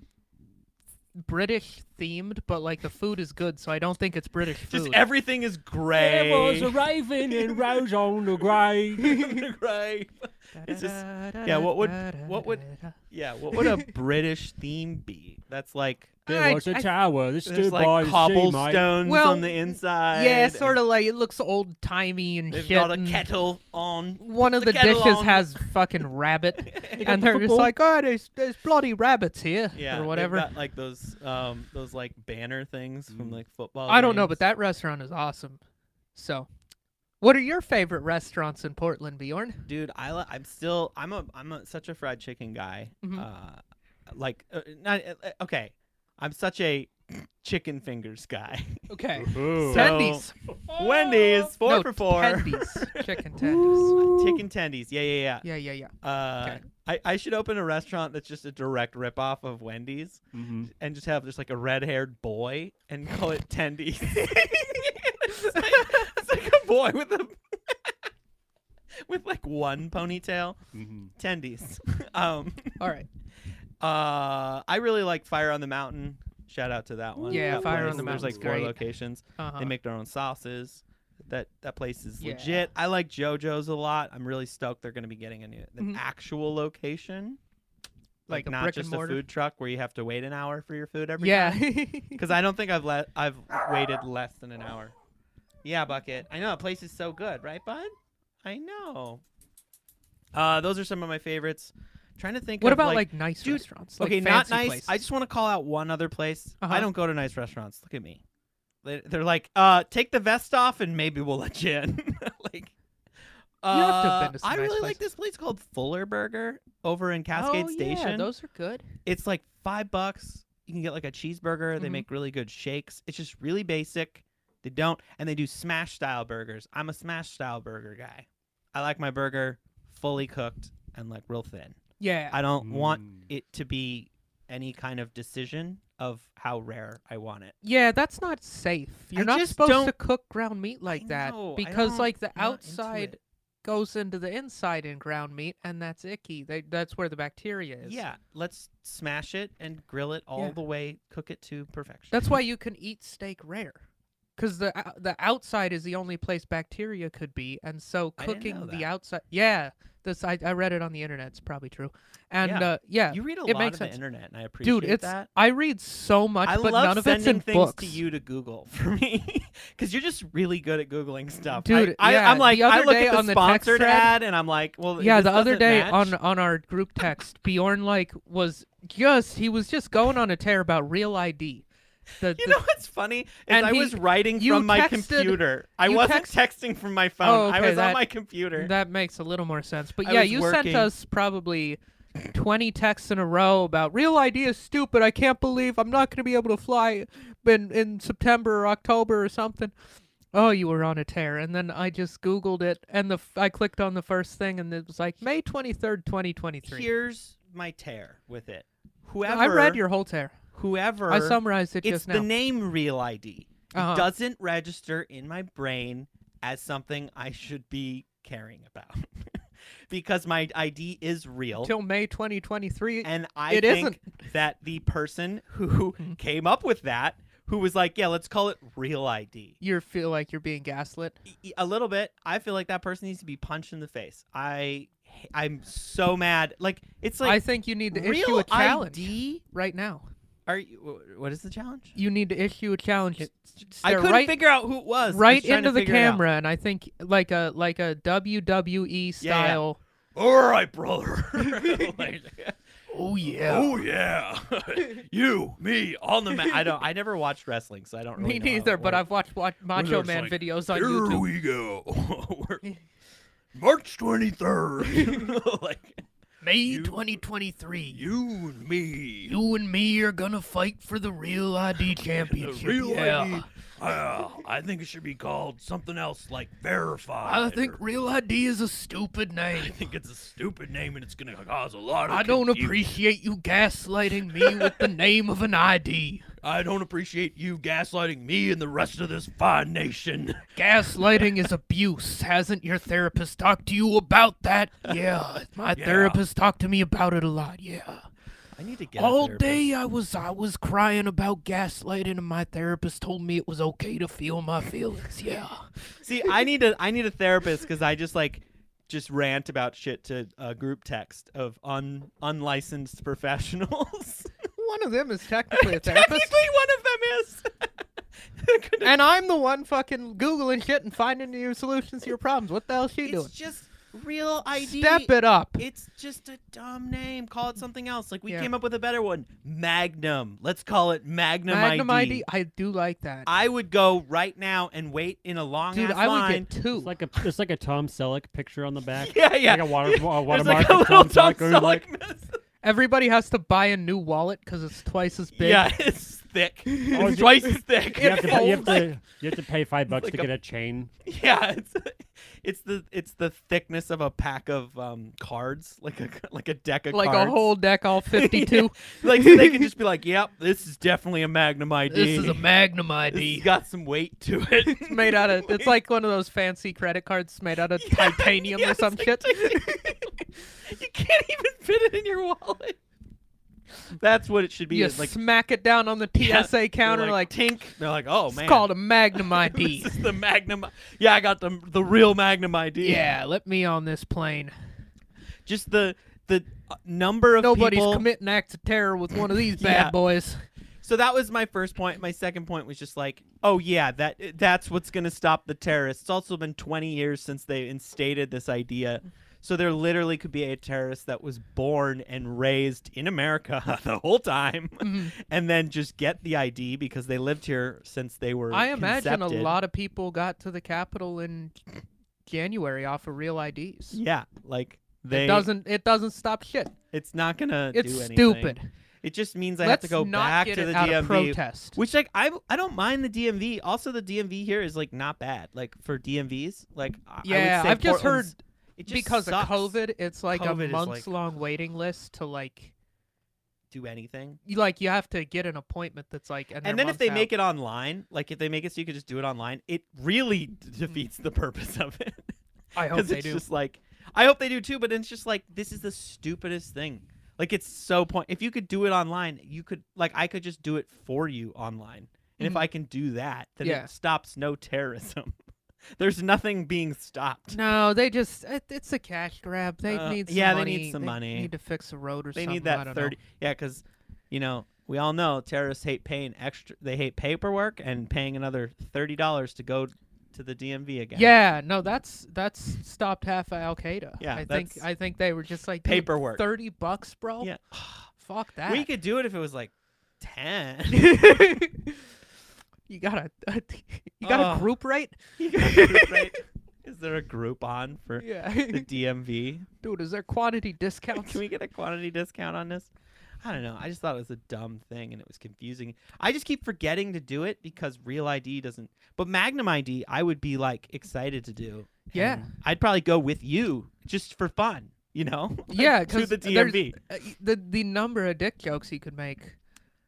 S1: British themed, but like the food is good, so I don't think it's British food.
S2: just everything is gray.
S3: There
S2: [LAUGHS]
S3: was a raven and rose on the grave.
S2: gray. it's just- yeah, what would- what would- Yeah, what
S1: [LAUGHS]
S2: would a British theme be? That's like
S1: I-
S3: There was a
S1: I-
S3: tower. This
S2: there's
S3: stood
S2: like
S3: by
S2: cobblestones
S1: Well,
S2: on the inside.
S1: Yeah, sort of like it looks old timey and
S2: They've
S1: shit.
S2: got a
S1: and
S2: kettle on.
S1: [LAUGHS] One of
S2: the
S1: the,
S2: kettle
S1: dishes
S2: on.
S1: has
S2: [LAUGHS]
S1: fucking rabbit, and
S3: the
S1: they're just
S3: football.
S1: like, oh, there's there's bloody rabbits here
S2: Yeah,
S1: or
S2: they've
S1: whatever.
S2: got, like those, um, those like banner things
S3: Mm.
S2: from like football.
S1: I don't know, but
S2: games.
S1: that restaurant is awesome. So, what are your favorite restaurants in Portland, Bjorn?
S2: dude, I li- I'm still I'm a I'm a, such a fried chicken guy.
S1: Mhm.
S2: Uh, like, uh, not uh, uh, okay. I'm such a [CLEARS THROAT] chicken fingers guy. [LAUGHS]
S1: Okay,
S3: Ooh.
S2: So-
S1: Tendies.
S2: Wendy's four
S1: Oh. no,
S2: for four. [LAUGHS]
S1: Tendies. Chicken tendies.
S2: Chicken tendies. Yeah, yeah, yeah.
S1: Yeah, yeah, yeah.
S2: Uh,
S1: Okay.
S2: I, I should open a restaurant that's just a direct ripoff of Wendy's
S3: Mhm.
S2: and just have just like a red haired boy and [LAUGHS] call it Tendy. it's, like, it's like a boy with a [LAUGHS] with like one ponytail.
S3: Mhm.
S2: Tendies. [LAUGHS] um
S1: All right.
S2: uh I really like Fire on the Mountain. Shout out to that one.
S1: Yeah,
S2: That
S1: Fire on
S2: place.
S1: the
S2: There's like
S1: Mountain's
S2: four
S1: great.
S2: locations. [LAUGHS]
S1: Uh-huh.
S2: They make their own sauces. That that place is
S1: Yeah.
S2: legit. I like JoJo's a lot. I'm really stoked they're going to be getting a new, an
S1: Mhm.
S2: actual location,
S1: Like a
S2: not
S1: brick and
S2: just
S1: mortar?
S2: a food truck where you have to wait an hour for your food every
S1: yeah. [LAUGHS]
S2: Because I don't think I've let I've waited less than an hour. Yeah, bucket. I know that place is so good, right, bud? I know. Uh, those are some of my favorites. trying to think.
S1: what
S2: of,
S1: about like, nice
S2: dude,
S1: restaurants? Like
S2: okay,
S1: fancy
S2: not nice.
S1: Places.
S2: I just want to call out one other place. I
S1: Uh-huh.
S2: don't go to nice restaurants. Look at me. They- They're like, uh, take the vest off and maybe we'll let you in. [LAUGHS] like, uh,
S1: You have to have been to some
S2: I
S1: nice
S2: really like
S1: places.
S2: this place called Fuller Burger over in Cascade
S1: oh,
S2: Station.
S1: Yeah, those are good.
S2: It's like five bucks. You can get like a cheeseburger. They
S1: Mhm.
S2: make really good shakes. It's just really basic. They don't, and they do smash style burgers. I'm a smash style burger guy. I like my burger fully cooked and like real thin.
S1: Yeah.
S2: I don't want
S3: Mm.
S2: it to be any kind of decision of how rare I want it.
S1: yeah, that's not safe. You're not
S2: just
S1: supposed to
S2: don't-
S1: cook ground meat like
S2: I
S1: that
S2: know, I
S1: because
S2: don't-
S1: like the
S2: I'm not into
S1: outside
S2: it.
S1: goes into the inside in ground meat and that's icky. They, that's where the bacteria is.
S2: Yeah, let's smash it and grill it all
S1: Yeah.
S2: the way, cook it to perfection.
S1: That's why you can eat steak rare. Cuz the ou- the outside is the only place bacteria could be and so
S2: I didn't
S1: cooking
S2: know
S1: the
S2: that.
S1: outside Yeah, this I, I read it on the internet. It's probably true. And
S2: Yeah.
S1: uh yeah,
S2: you read a
S1: it
S2: lot
S1: makes
S2: of the
S1: sense.
S2: internet, and I appreciate
S1: dude, it's
S2: that.
S1: I read so much
S2: I
S1: but
S2: love
S1: none of it's
S2: sending
S1: in
S2: things
S1: books.
S2: to you to Google for me [LAUGHS] because you're just really good at googling stuff.
S1: Dude,
S2: I,
S1: yeah,
S2: I, am like,
S1: the other
S2: I look
S1: day
S2: at the
S1: on the text
S2: sponsored
S1: thread-
S2: ad, and I'm like, well,
S1: yeah
S2: this
S1: the other
S2: doesn't
S1: day
S2: [LAUGHS] match.
S1: on on our group text bjorn like was just he was just going on a tear about real id the,
S2: You
S1: the-
S2: know what's funny? Is
S1: And
S2: I
S1: he-
S2: was writing
S1: you
S2: from my
S1: texted-
S2: computer. I
S1: you
S2: wasn't
S1: text-
S2: texting from my phone.
S1: Oh,
S2: I
S1: okay,
S2: was on
S1: that-
S2: my computer.
S1: that makes a little more sense but
S2: I
S1: yeah
S2: was
S1: you
S2: working.
S1: sent us probably 20 texts in a row about real id is stupid i can't believe i'm not going to be able to fly in in september or october or something Oh, you were on a tear, and then I just Googled it, and the f- I clicked on the first thing, and it was like May twenty third, twenty twenty three.
S2: Here's my tear with it. Whoever
S1: I read your whole tear.
S2: whoever
S1: I summarized it
S2: it's
S1: just
S2: the
S1: now.
S2: name real ID.
S1: Uh-huh.
S2: It doesn't register in my brain as something I should be caring about. [LAUGHS] because my ID is real.
S1: Till May twenty twenty three.
S2: And I
S1: It
S2: think that the person [LAUGHS]
S1: [LAUGHS]
S2: who
S1: Mhm.
S2: came up with that, who was like, yeah, let's call it real ID.
S1: you feel like you're being gaslit.
S2: E- e- A little bit. I feel like that person needs to be punched in the face. I, I'm so mad. Like it's
S1: I
S2: like
S1: think you need to issue
S2: real
S1: a challenge
S2: ID.
S1: right now.
S2: Are you? wh- What is the challenge?
S1: You need to issue a challenge.
S2: It-
S1: s-
S2: I
S1: there,
S2: couldn't
S1: right,
S2: figure out who it was. I was
S1: right
S2: trying to
S1: into the
S2: figure it out.
S1: camera, and I think like a like a WWE
S2: Yeah, yeah.
S1: E style
S2: all right, [LAUGHS] brother.
S1: Oh
S2: Oh yeah, [LAUGHS] you, me, on the mat. [LAUGHS] I don't. I never watched wrestling, so I don't. Really
S1: [LAUGHS] Me
S2: know how
S1: neither,
S2: it
S1: but
S2: works.
S1: I've watched, watched Macho
S2: it's
S1: Man
S2: like,
S1: videos on
S2: Here
S1: YouTube.
S2: we go. [LAUGHS] We're- March
S1: [LAUGHS]
S2: 23rd. like,
S1: May
S2: You-
S1: 2023.
S2: you and me.
S1: You and me are gonna fight for the real
S2: [LAUGHS] the
S1: ID championship.
S2: real
S1: yeah.
S2: ID. Uh, I think it should be called something else like Verified.
S1: I think
S2: or-
S1: real ID is a stupid
S2: I
S1: name.
S2: think it's a stupid name and it's going to cause a lot of
S1: I don't
S2: confusion.
S1: appreciate you gaslighting me with [LAUGHS] the name of an ID.
S2: I don't appreciate you gaslighting me and the rest of this fine nation. [LAUGHS]
S1: Gaslighting is abuse. Hasn't your therapist talked to you about that? Yeah, my
S2: Yeah.
S1: therapist talked to me about it a lot. Yeah.
S2: I need to get
S1: All day I was I was crying about gaslighting and my therapist told me it was okay to feel my feelings. Yeah.
S2: See, I need a I need a therapist because I just like just rant about shit to a group text of un unlicensed professionals.
S1: [LAUGHS]
S2: [LAUGHS]
S1: One of them is technically [LAUGHS] a
S2: Technically, one [LAUGHS] of them is. Could've-
S1: and I'm the one fucking googling shit and finding new solutions to your problems. What the hell is she
S2: it's just real ID.
S1: Step it up.
S2: It's just a dumb name. Call it something else. Like we
S1: Yeah.
S2: came up with a better one. Magnum. Let's call it Magnum,
S1: Magnum
S2: ID.
S1: ID. I do like that.
S2: I would go right now and wait in a long
S1: Dude,
S2: ass
S1: I would
S2: line. [LAUGHS]
S1: get two.
S3: It's like a it's like a Tom Selleck picture on the back.
S2: Yeah, yeah.
S3: Like a water a
S2: There's
S3: watermark.
S2: like a
S3: of
S2: little Tom
S3: Selleck or
S2: Selleck.
S3: like-
S2: mess.
S1: Everybody has to buy a new wallet because it's twice as big.
S2: Yeah, it's
S1: [LAUGHS]
S2: thick.
S1: Oh,
S3: is
S2: It's
S3: it-
S2: twice as thick. [LAUGHS]
S3: you, have to, pay- you, have
S2: folds like-
S3: to, you have to pay five bucks
S2: like
S3: to
S2: a-
S3: get a chain.
S2: Yeah, it's it's the it's the thickness of a pack of um cards, like a like a deck of
S1: Like
S2: cards.
S1: a whole deck, all 52.
S2: Yeah. [LAUGHS] Like so they can
S1: [LAUGHS]
S2: just be like, "Yep, this is definitely a Magnum ID. [LAUGHS]
S1: Magnum
S2: This has got some weight to it.
S1: It's made out of.
S2: [LAUGHS]
S1: It's like one of those fancy credit cards made out of titanium
S2: Yeah,
S1: or
S2: it's
S1: some
S2: like
S1: shit.
S2: titanium.
S1: [LAUGHS]
S2: [LAUGHS] you can't even fit it in your wallet. That's what it should be.
S1: You
S2: is like
S1: smack it down on the
S2: Yeah,
S1: TSA counter,
S2: they're
S1: like,
S2: tink. They're like, "Oh
S1: it's
S2: man, [LAUGHS]
S1: called a Magnum ID.
S2: this is the Magnum. Yeah, I got the the real Magnum ID.
S1: yeah, let me on this plane.
S2: just the the uh, number of
S1: Nobody's
S2: people.
S1: committing acts of terror with one of these bad
S2: Yeah.
S1: boys.
S2: so that was my first point. My second point was just like, oh yeah, that that's what's gonna stop the terrorists. It's also been 20 years since they instated this idea. So there literally could be a terrorist that was born and raised in America [LAUGHS] the whole time,
S1: Mhm.
S2: and then just get the ID because they lived here since they were.
S1: I imagine
S2: concepted.
S1: a lot of people got to the Capitol in January off of real IDs.
S2: Yeah, like they.
S1: it doesn't. It doesn't stop shit.
S2: It's not gonna.
S1: It's
S2: do anything.
S1: stupid.
S2: It just means I
S1: Let's
S2: have to go
S1: not
S2: back
S1: get
S2: to
S1: it
S2: the
S1: out
S2: DMV
S1: of protest.
S2: Which like I I don't mind the DMV. Also, the DMV here is like not bad. Like for DMVs, like I,
S1: Yeah,
S2: I would say
S1: I've just heard
S2: Portland's- it just
S1: because
S2: sucks
S1: of COVID, it's like
S2: COVID
S1: a
S2: is like-
S1: months long waiting list to like
S2: Do anything,
S1: you like you have to get an appointment that's like and,
S2: and then if they make it online, like if they make it so you could just do it online, it really d- defeats the purpose of it.
S1: I hope
S2: Because
S1: they
S2: it's
S1: do.
S2: just like I hope they do too. But it's just like this is the stupidest thing. Like it's so point. If you could do it online, you could like I could just do it for you online. And
S1: Mhm.
S2: if I can do that, then
S1: Yeah.
S2: it stops no terrorism. [LAUGHS] There's nothing being stopped.
S1: No, they just it, it's a cash grab. They
S2: Uh,
S1: need some
S2: yeah, they
S1: money.
S2: need some money.
S1: Need to fix a road or
S2: they
S1: something.
S2: need
S1: I
S2: that
S1: don't know.
S2: 30 yeah because you know we all know terrorists hate paying extra they hate paperwork and paying another $30 to go to the dmv again
S1: Yeah, no, that's that's stopped half of Al Qaeda.
S2: Yeah,
S1: I think
S2: that's
S1: I think they were just like dude,
S2: paperwork.
S1: Thirty bucks, bro.
S2: Yeah.
S1: [SIGHS] fuck that.
S2: we could do it if it was like
S1: [LAUGHS]
S2: 10
S1: you gotta uh, [LAUGHS] you got a
S2: Ugh. [LAUGHS]
S1: group rate.
S2: Right? [LAUGHS] is there a group on for
S1: [LAUGHS] Yeah,
S2: the dmv
S1: dude, is there quantity
S2: [LAUGHS]
S1: discounts?
S2: can we get a quantity discount on this i don't know i just thought it was a dumb thing and it was confusing i just keep forgetting to do it because real id doesn't but magnum id i would be like excited to do
S1: yeah,
S2: and I'd probably go with you just for fun, you know? [LAUGHS] Like,
S1: Yeah,
S2: to
S1: 'cause
S2: the
S1: there's-
S2: DMV.
S1: Uh, y- the the number of dick jokes you could make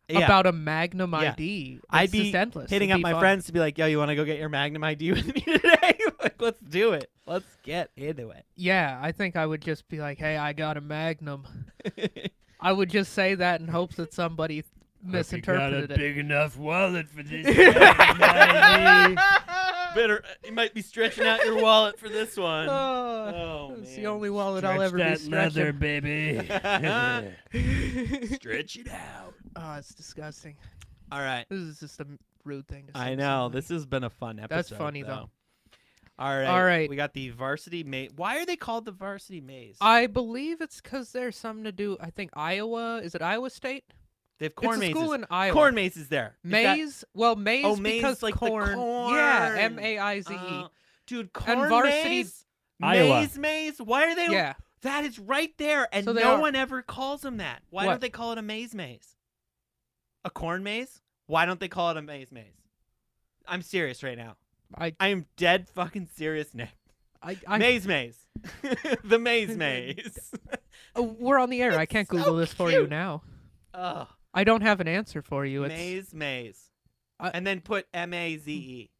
S2: Yeah.
S1: about a Magnum
S2: Yeah.
S1: ID.
S2: I'd
S1: it's
S2: be
S1: just endless.
S2: Hitting
S1: It'd
S2: up
S1: be
S2: my
S1: fun.
S2: friends to be like, yo, you want to go get your Magnum ID [LAUGHS] with me today? like, let's do it. Let's get into
S1: Yeah, I think I would just be like, "Hey, I got
S2: [LAUGHS]
S1: a Magnum."
S2: it.
S1: I would just say that in hopes that somebody misinterpreted [LAUGHS] it.
S3: big enough wallet for this.
S1: [LAUGHS]
S2: Better, uh, you might be stretching out your wallet for this
S1: [LAUGHS]
S2: one.
S1: Oh,
S2: oh,
S1: it's
S2: man.
S1: the only wallet I'll ever be stretching.
S3: baby.
S2: Stretch it out.
S1: oh, it's disgusting.
S2: All right.
S1: This is just a m- rude thing to say.
S2: I
S1: to
S2: know.
S1: somebody.
S2: This has been a fun episode.
S1: That's funny, though.
S2: All right.
S1: All right.
S2: We got the varsity maze. Why are they called the varsity maze?
S1: I believe it's because there's something to do. I think Iowa is it Iowa State?
S2: they have corn
S1: it's a
S2: mazes.
S1: school in Iowa.
S2: corn mazes there. Is that-
S1: Maze? well, maze,
S2: Oh, maze,
S1: because
S2: like the
S1: corn. Yeah,
S2: corn.
S1: M A I Z E.
S2: Oh, dude, corn
S1: varsity-
S2: maze.
S3: Iowa.
S2: Maze maze. Why are they?
S1: yeah,
S2: That is right there, and
S1: So they
S2: no
S1: are-
S2: one ever calls them that. Why
S1: What?
S2: don't they call it a maze maze? A corn maze? Why don't they call it a maze maze? I'm serious right now.
S1: I,
S2: I am dead fucking serious, Nick.
S1: I, I
S2: Maze maze. [LAUGHS] the maze
S1: Uh, [LAUGHS]
S2: maze.
S1: oh, we're on the air. I
S2: It's
S1: can't
S2: so
S1: Google this for you
S2: cute.
S1: now.
S2: Ugh.
S1: I don't have an answer for you. It's
S2: Maze maze.
S1: I- Hmm.
S2: and then put M A Z E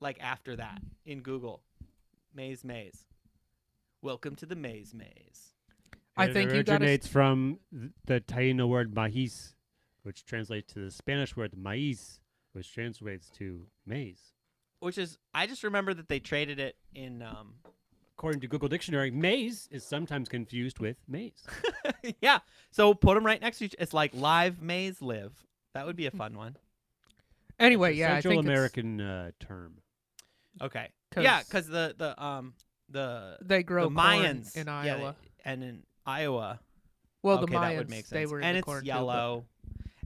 S2: like after that in Google. Maze maze. Welcome to the maze maze.
S1: I
S3: And
S1: think
S3: it
S1: you gotta s-
S3: originates from th- the Taino word maíz, which translates to the Spanish word maíz, which translates to maize.
S2: Which is I just remember that they traded it in um
S3: According to Google Dictionary, maize is sometimes confused with maize.
S2: yeah. So put them right next to each. It's like live maze live. That would be
S1: Hmm.
S2: a fun one.
S1: anyway.
S3: It's a
S1: Yeah, I
S3: Central
S1: think it's
S3: American uh, term.
S2: Okay. Yeah,
S1: 'cause
S2: because the the um the
S1: they grow
S2: the
S1: corn
S2: Mayans
S1: in
S2: yeah,
S1: Iowa.
S2: they- and in Iowa.
S1: well,
S2: okay,
S1: the Mayans
S2: that would make sense.
S1: they were in
S2: and
S1: the
S2: it's
S1: corn too, but-
S2: yellow.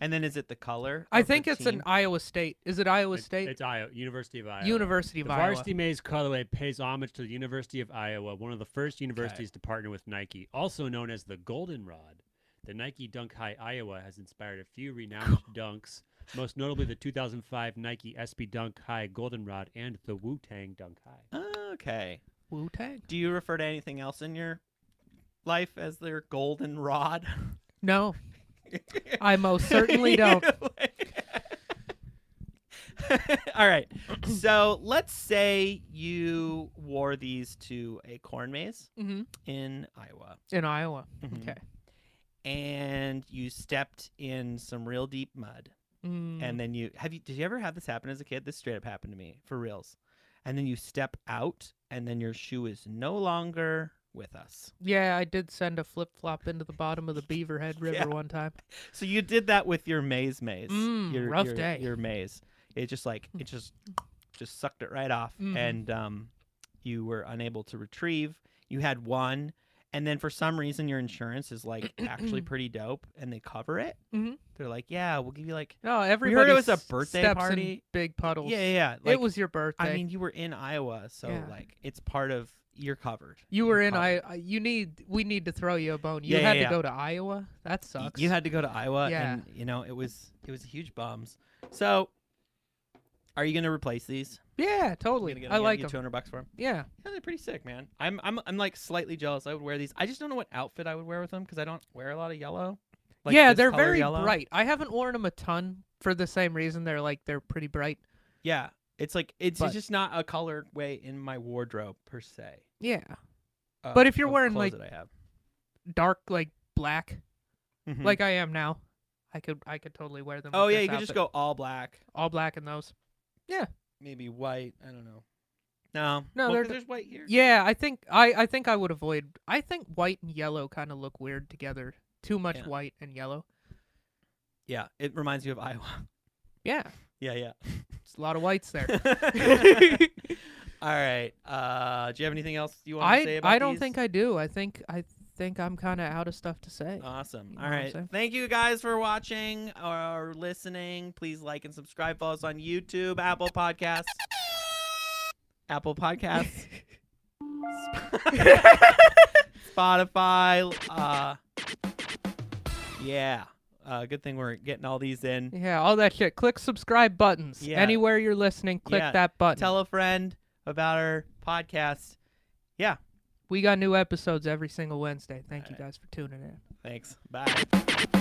S2: and then is it the color?
S1: I
S2: of the
S1: think it's an
S2: team?
S1: Iowa State. Is it Iowa
S3: It's-
S1: State?
S3: It's Iowa, University of Iowa.
S1: University
S3: the
S1: of Iowa.
S3: varsity maze colorway pays homage to the University of Iowa, one of the first universities to partner with Nike, also known as the Goldenrod. The Nike Dunk High Iowa has inspired a few renowned dunks, most notably the 2005 Nike SB Dunk High Goldenrod and the Wu Tang Dunk High.
S2: Okay.
S1: Wu Tang.
S2: Do you refer to anything else in your life as their golden rod? [LAUGHS]
S1: No, I most certainly don't.
S2: [LAUGHS] All right. So let's say you wore these to a corn maze
S1: hmm
S2: in Iowa.
S1: In Iowa.
S2: Mhm.
S1: Okay.
S2: And you stepped in some real deep mud.
S1: Mm.
S2: And then you have you did you ever have this happen as a kid? This straight up happened to me for reals. And then you step out and then your shoe is no longer with us.
S1: yeah, I did send a flip flop into the bottom of the Beaverhead
S2: [LAUGHS]
S1: River
S2: Yeah.
S1: one time.
S2: So you did that with your maze maze.
S1: Mm,
S2: your,
S1: rough
S2: your,
S1: day. Hmm.
S2: Your maze. It just like it just just sucked it right off.
S1: Mhm.
S2: And um you were unable to retrieve. You had one and then for some reason your insurance is
S1: [CLEARS THROAT]
S2: like actually pretty dope and they cover it.
S1: Mhm.
S2: They're like, Yeah, we'll give you like
S1: No,
S2: it
S1: everybody.
S2: was a
S1: s-
S2: birthday
S1: steps in
S2: party.
S1: big puddles.
S2: Yeah, yeah. yeah, Like,
S1: it was your birthday.
S2: I mean, you were in Iowa, so
S1: Yeah.
S2: like it's part of you're covered.
S1: you were
S2: you're
S1: in. I.
S2: covered.
S1: I- You need. We need to throw you a bone. You
S2: Yeah, yeah,
S1: had to
S2: yeah.
S1: go to Iowa. That
S2: Y-
S1: sucks.
S2: You had to go to Iowa,
S1: Yeah.
S2: and you know it was it was huge bums. So, are you gonna replace these?
S1: Yeah,
S2: You
S1: totally.
S2: gonna get
S1: I
S2: them,
S1: like
S2: get
S1: them.
S2: Two hundred bucks for them.
S1: Yeah.
S2: Yeah, they're pretty sick, man. I'm I'm I'm like slightly jealous. I would wear these. I just don't know what outfit I would wear with them because I don't wear a lot of yellow. Like
S1: yeah,
S2: this
S1: they're
S2: color
S1: very
S2: yellow.
S1: bright. I haven't worn them a ton for the same reason. They're like they're pretty bright.
S2: Yeah, it's like it's
S1: But-
S2: just not a color way in my wardrobe per se.
S1: Yeah.
S2: of-
S1: But if you're
S2: of
S1: wearing,
S2: clothes
S1: like,
S2: that I have,
S1: Dark like black,
S2: Mhm.
S1: like I am now. I could I could totally wear them.
S2: oh
S1: with
S2: yeah,
S1: this
S2: you could just
S1: outfit.
S2: go all black.
S1: all black in those.
S2: maybe white. I don't know. No,
S1: No,
S2: Well,
S1: they're
S2: 'cause
S1: d-
S2: there's white here.
S1: Yeah, I think I I think I would avoid. I think white and yellow kind of look weird together. Too much
S2: Yeah.
S1: white and yellow.
S2: Yeah, it reminds you of Iowa. [LAUGHS]
S1: Yeah,
S2: Yeah, yeah.
S1: it's a lot of
S2: [LAUGHS]
S1: whites there.
S2: All right. Uh, do you have anything else you want to say
S1: I
S2: about
S1: I don't
S2: these?
S1: think I do. I think I think I'm kind of out of stuff to say.
S2: Awesome.
S1: You
S2: All
S1: know what I'm
S2: right.
S1: saying?
S2: Thank you guys for watching or listening. Please like and subscribe. Follow us on YouTube, Apple Podcasts, Apple
S1: [LAUGHS]
S2: Podcasts, Spotify. Uh, yeah. Uh, good thing we're getting all these in.
S1: yeah, all that shit. Click subscribe buttons
S2: Yeah.
S1: anywhere you're listening. Click
S2: Yeah.
S1: that button.
S2: tell a friend about our podcast.
S1: we got new episodes every single Wednesday. Thank you
S2: Alright.
S1: guys for tuning in.
S2: Thanks. Bye.